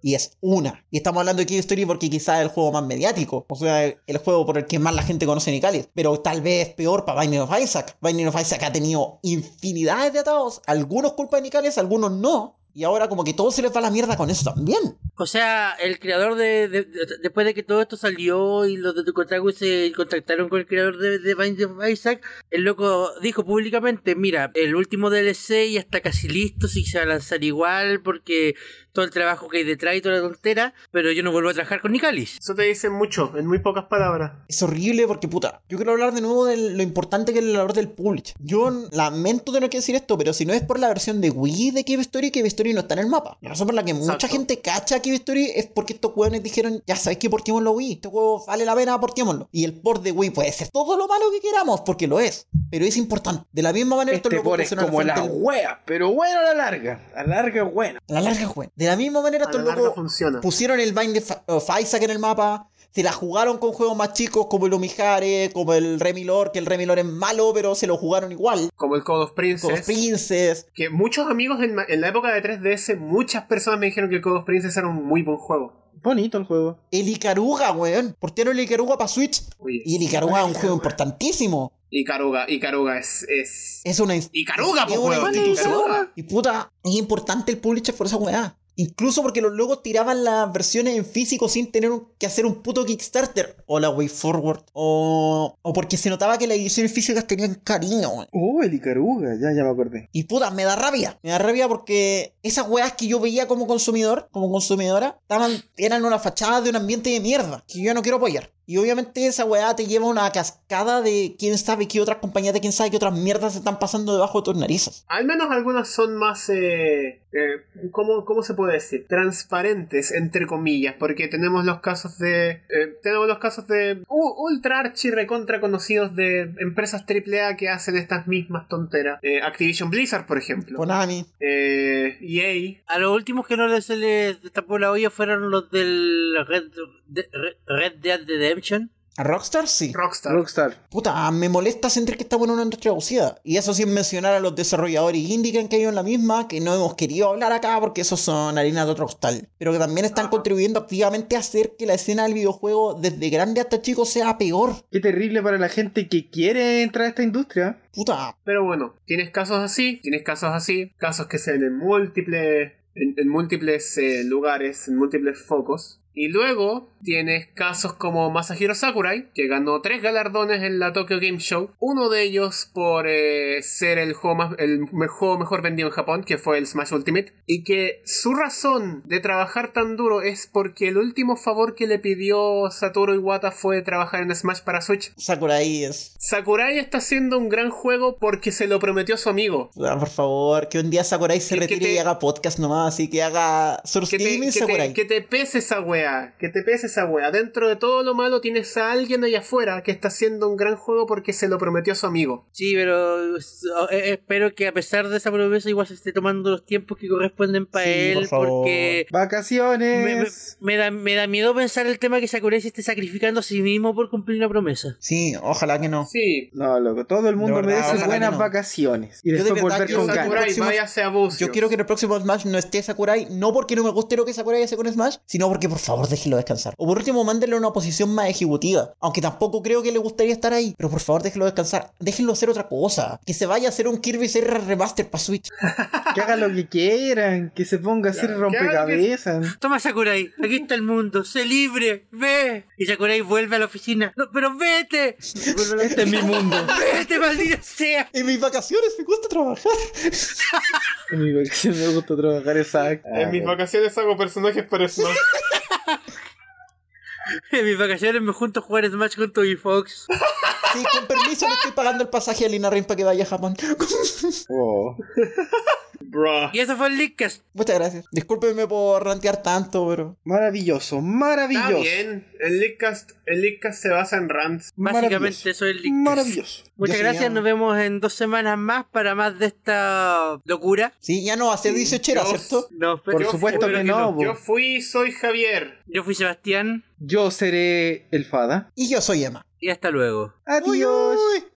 S4: Y es una. Y estamos hablando de Cave Story porque quizás es el juego más mediático. O sea, el, el juego por el que más la gente conoce Nicalis. Pero tal vez peor para Binding of Isaac. Binding of Isaac ha tenido infinidades de atados. Algunos culpa de Nicalis, algunos no. Y ahora como que todo se les va a la mierda con eso también.
S2: O sea, el creador de, de- de- Después de que todo esto salió y los de Kotaku se contactaron con el creador de, de Bind of Isaac, el loco dijo públicamente: Mira, el último DLC ya está casi listo, si se va a lanzar igual, porque todo el trabajo que hay detrás y toda la tontera, pero yo no vuelvo a trabajar con Nicalis.
S1: Eso te dice mucho, en muy pocas palabras.
S4: Es horrible porque, puta, yo quiero hablar de nuevo de lo importante que es la labor del publish. Yo lamento tener que decir esto, pero si no es por la versión de Wii de Cave Story, Cave Story no está en el mapa. La razón por la que mucha
S1: Exacto.
S4: gente cacha Cave Story es porque estos hueones dijeron, ya sabéis que portémoslo Wii, este juego vale la pena, portémoslo. Y el port de Wii puede ser todo lo malo que queramos, porque lo es, pero es importante. De la misma manera, esto
S6: Este
S4: lo puedo
S6: por es
S4: mencionar
S6: como
S4: frente
S6: la
S4: al-
S6: wea, pero bueno a la larga. A la larga es buena.
S4: a la larga, weón. De la misma manera,
S1: A la
S4: estos
S1: larga
S4: locos
S1: funciona.
S4: pusieron el Bind of- of Isaac en el mapa. Se la jugaron con juegos más chicos como el Omihare, como el Remilor, que el Remilor es malo, pero se lo jugaron igual.
S1: Como el Code of
S4: Con
S1: Princess.
S4: los Princes.
S1: que muchos amigos en, ma- en la época de 3DS, muchas personas me dijeron que el Code of Princess era un muy buen juego.
S3: Bonito el juego.
S4: El Icaruga, weón. Portero el Icaruga para Switch.
S1: Oye,
S4: Y el Icaruga es un juego importantísimo.
S1: Icaruga, Icaruga es... es...
S4: Es una inst-
S1: Icaruga,
S4: Es
S1: pues,
S4: una
S1: weón.
S4: institución.
S1: Icaruga.
S4: Y puta, es importante el publisher por esa weá. Incluso porque los locos tiraban las versiones en físico sin tener un- que hacer un puto Kickstarter. O la Way Forward. O, o porque se notaba que las ediciones físicas tenían cariño, weón.
S3: Oh, el Icaruga, ya, ya me acordé.
S4: Y puta, me da rabia. Me da rabia porque esas weas que yo veía como consumidor, como consumidora, estaban, eran una fachada de un ambiente de mierda que yo no quiero apoyar. Y obviamente esa weá te lleva a una cascada de quién sabe qué otras compañías, de quién sabe qué otras mierdas se están pasando debajo de tus narices.
S1: Al menos algunas son más, eh, eh, ¿cómo, ¿cómo se puede decir? Transparentes, entre comillas, porque tenemos los casos de... eh, tenemos los casos de u- ultra archi recontra conocidos de empresas AAA que hacen estas mismas tonteras. Eh, Activision Blizzard, por ejemplo.
S4: Konami.
S1: Eh, EA.
S2: A los últimos que no les- se les tapó la olla fueron los del Red, de- Red- Red Dead Redemption.
S4: A Rockstar sí.
S1: Rockstar.
S6: Rockstar.
S4: Puta, me molesta sentir que estamos en una industria abusiva. Y eso sin mencionar a los desarrolladores indie que han caído en la misma, que no hemos querido hablar acá porque esos son harina de otro costal. Pero que también
S1: Ah.
S4: están contribuyendo activamente a hacer que la escena del videojuego, desde grande hasta chico, sea peor.
S3: Qué terrible para la gente que quiere entrar a esta industria.
S4: Puta,
S1: Pero bueno, tienes casos así, tienes casos así, casos que se ven en múltiples, en, en múltiples eh, lugares, en múltiples focos. Y luego tienes casos como Masahiro Sakurai, que ganó tres galardones en la Tokyo Game Show. Uno de ellos por eh, ser el juego, más- el me- juego mejor vendido en Japón, que fue el Smash Ultimate. Y que su razón de trabajar tan duro es porque el último favor que le pidió Satoru Iwata fue trabajar en Smash para Switch.
S4: Sakurai es.
S1: Sakurai está haciendo un gran juego porque se lo prometió su amigo.
S4: Puta, por favor, que un día Sakurai se
S1: Que- que
S4: retire
S1: te-
S4: y haga podcast nomás, así que haga Source
S1: Que te, que
S4: Gaming
S1: te-
S4: Sakurai.
S1: que te pese esa wea, que te pese esa wea. Dentro de todo lo malo tienes a alguien allá afuera que está haciendo un gran juego porque se lo prometió su amigo.
S2: Sí, pero so- eh, espero que a pesar de esa promesa igual se esté tomando los tiempos que corresponden para
S4: Sí,
S2: él,
S4: por favor.
S2: porque me, me-
S3: Vacaciones.
S2: me da, me da miedo pensar el tema que Sakurai se esté sacrificando a sí mismo por cumplir una promesa.
S4: Sí, ojalá que no.
S1: Sí.
S3: No, loco, todo el mundo
S4: De verdad,
S3: merece
S4: ojalá
S3: buenas
S4: que no.
S3: vacaciones. Y
S4: Yo de
S3: después
S4: verdad
S3: volver
S4: quiero
S3: con
S4: saber
S3: ganas.
S1: Sakurai,
S4: próximo-
S1: váyase a Bucio.
S4: Yo quiero que en el próximo Smash no esté Sakurai, no porque no me guste lo que Sakurai hace con Smash, sino porque por favor déjelo descansar. O por último, mándenle una posición más ejecutiva, aunque tampoco creo que le gustaría estar ahí, pero por favor déjelo descansar, déjenlo hacer otra cosa, que se vaya a hacer un Kirby Serra Remaster para Switch.
S3: Que haga lo que quieran, que se ponga a hacer
S1: Claro, que haga lo que-
S3: rompecabezas.
S2: Toma Sakurai, aquí está el mundo, sé libre, ve. Y Sakurai vuelve a la oficina. No, pero vete,
S3: Este es mi mundo.
S2: vete, maldita sea.
S4: En mis vacaciones me gusta trabajar.
S3: En mi vacación me gusta trabajar exacto. Ah,
S1: En mis vacaciones hago personajes para Smash.
S2: En mis vacaciones me junto a jugar Smash con Toby Fox.
S4: Sí, con permiso le estoy pagando el pasaje a Lina Rin para que vaya a Japón.
S3: Oh.
S1: Bruh.
S2: Y eso fue el Leakcast.
S4: Muchas gracias. Discúlpenme por rantear tanto, pero...
S3: Maravilloso,
S1: Está
S3: maravilloso.
S1: bien. El Leadcast, el Leadcast se basa en rants.
S2: Básicamente eso es el Leakcast.
S3: Maravilloso.
S2: Muchas
S4: Yo
S2: gracias,
S4: sería-
S2: nos vemos en dos semanas más para más de esta locura.
S4: Sí, ya no va a ser 18 era,
S1: Dios.
S4: ¿cierto?
S2: No,
S3: Por
S1: Yo
S3: supuesto
S1: fui-
S3: que
S2: que
S3: no.
S2: no.
S3: po.
S1: Yo fui, soy Javier.
S2: Yo fui Sebastián
S3: Yo seré el Fada.
S4: Y yo soy Emma.
S2: y hasta luego.
S3: Adiós.
S4: Uy, uy.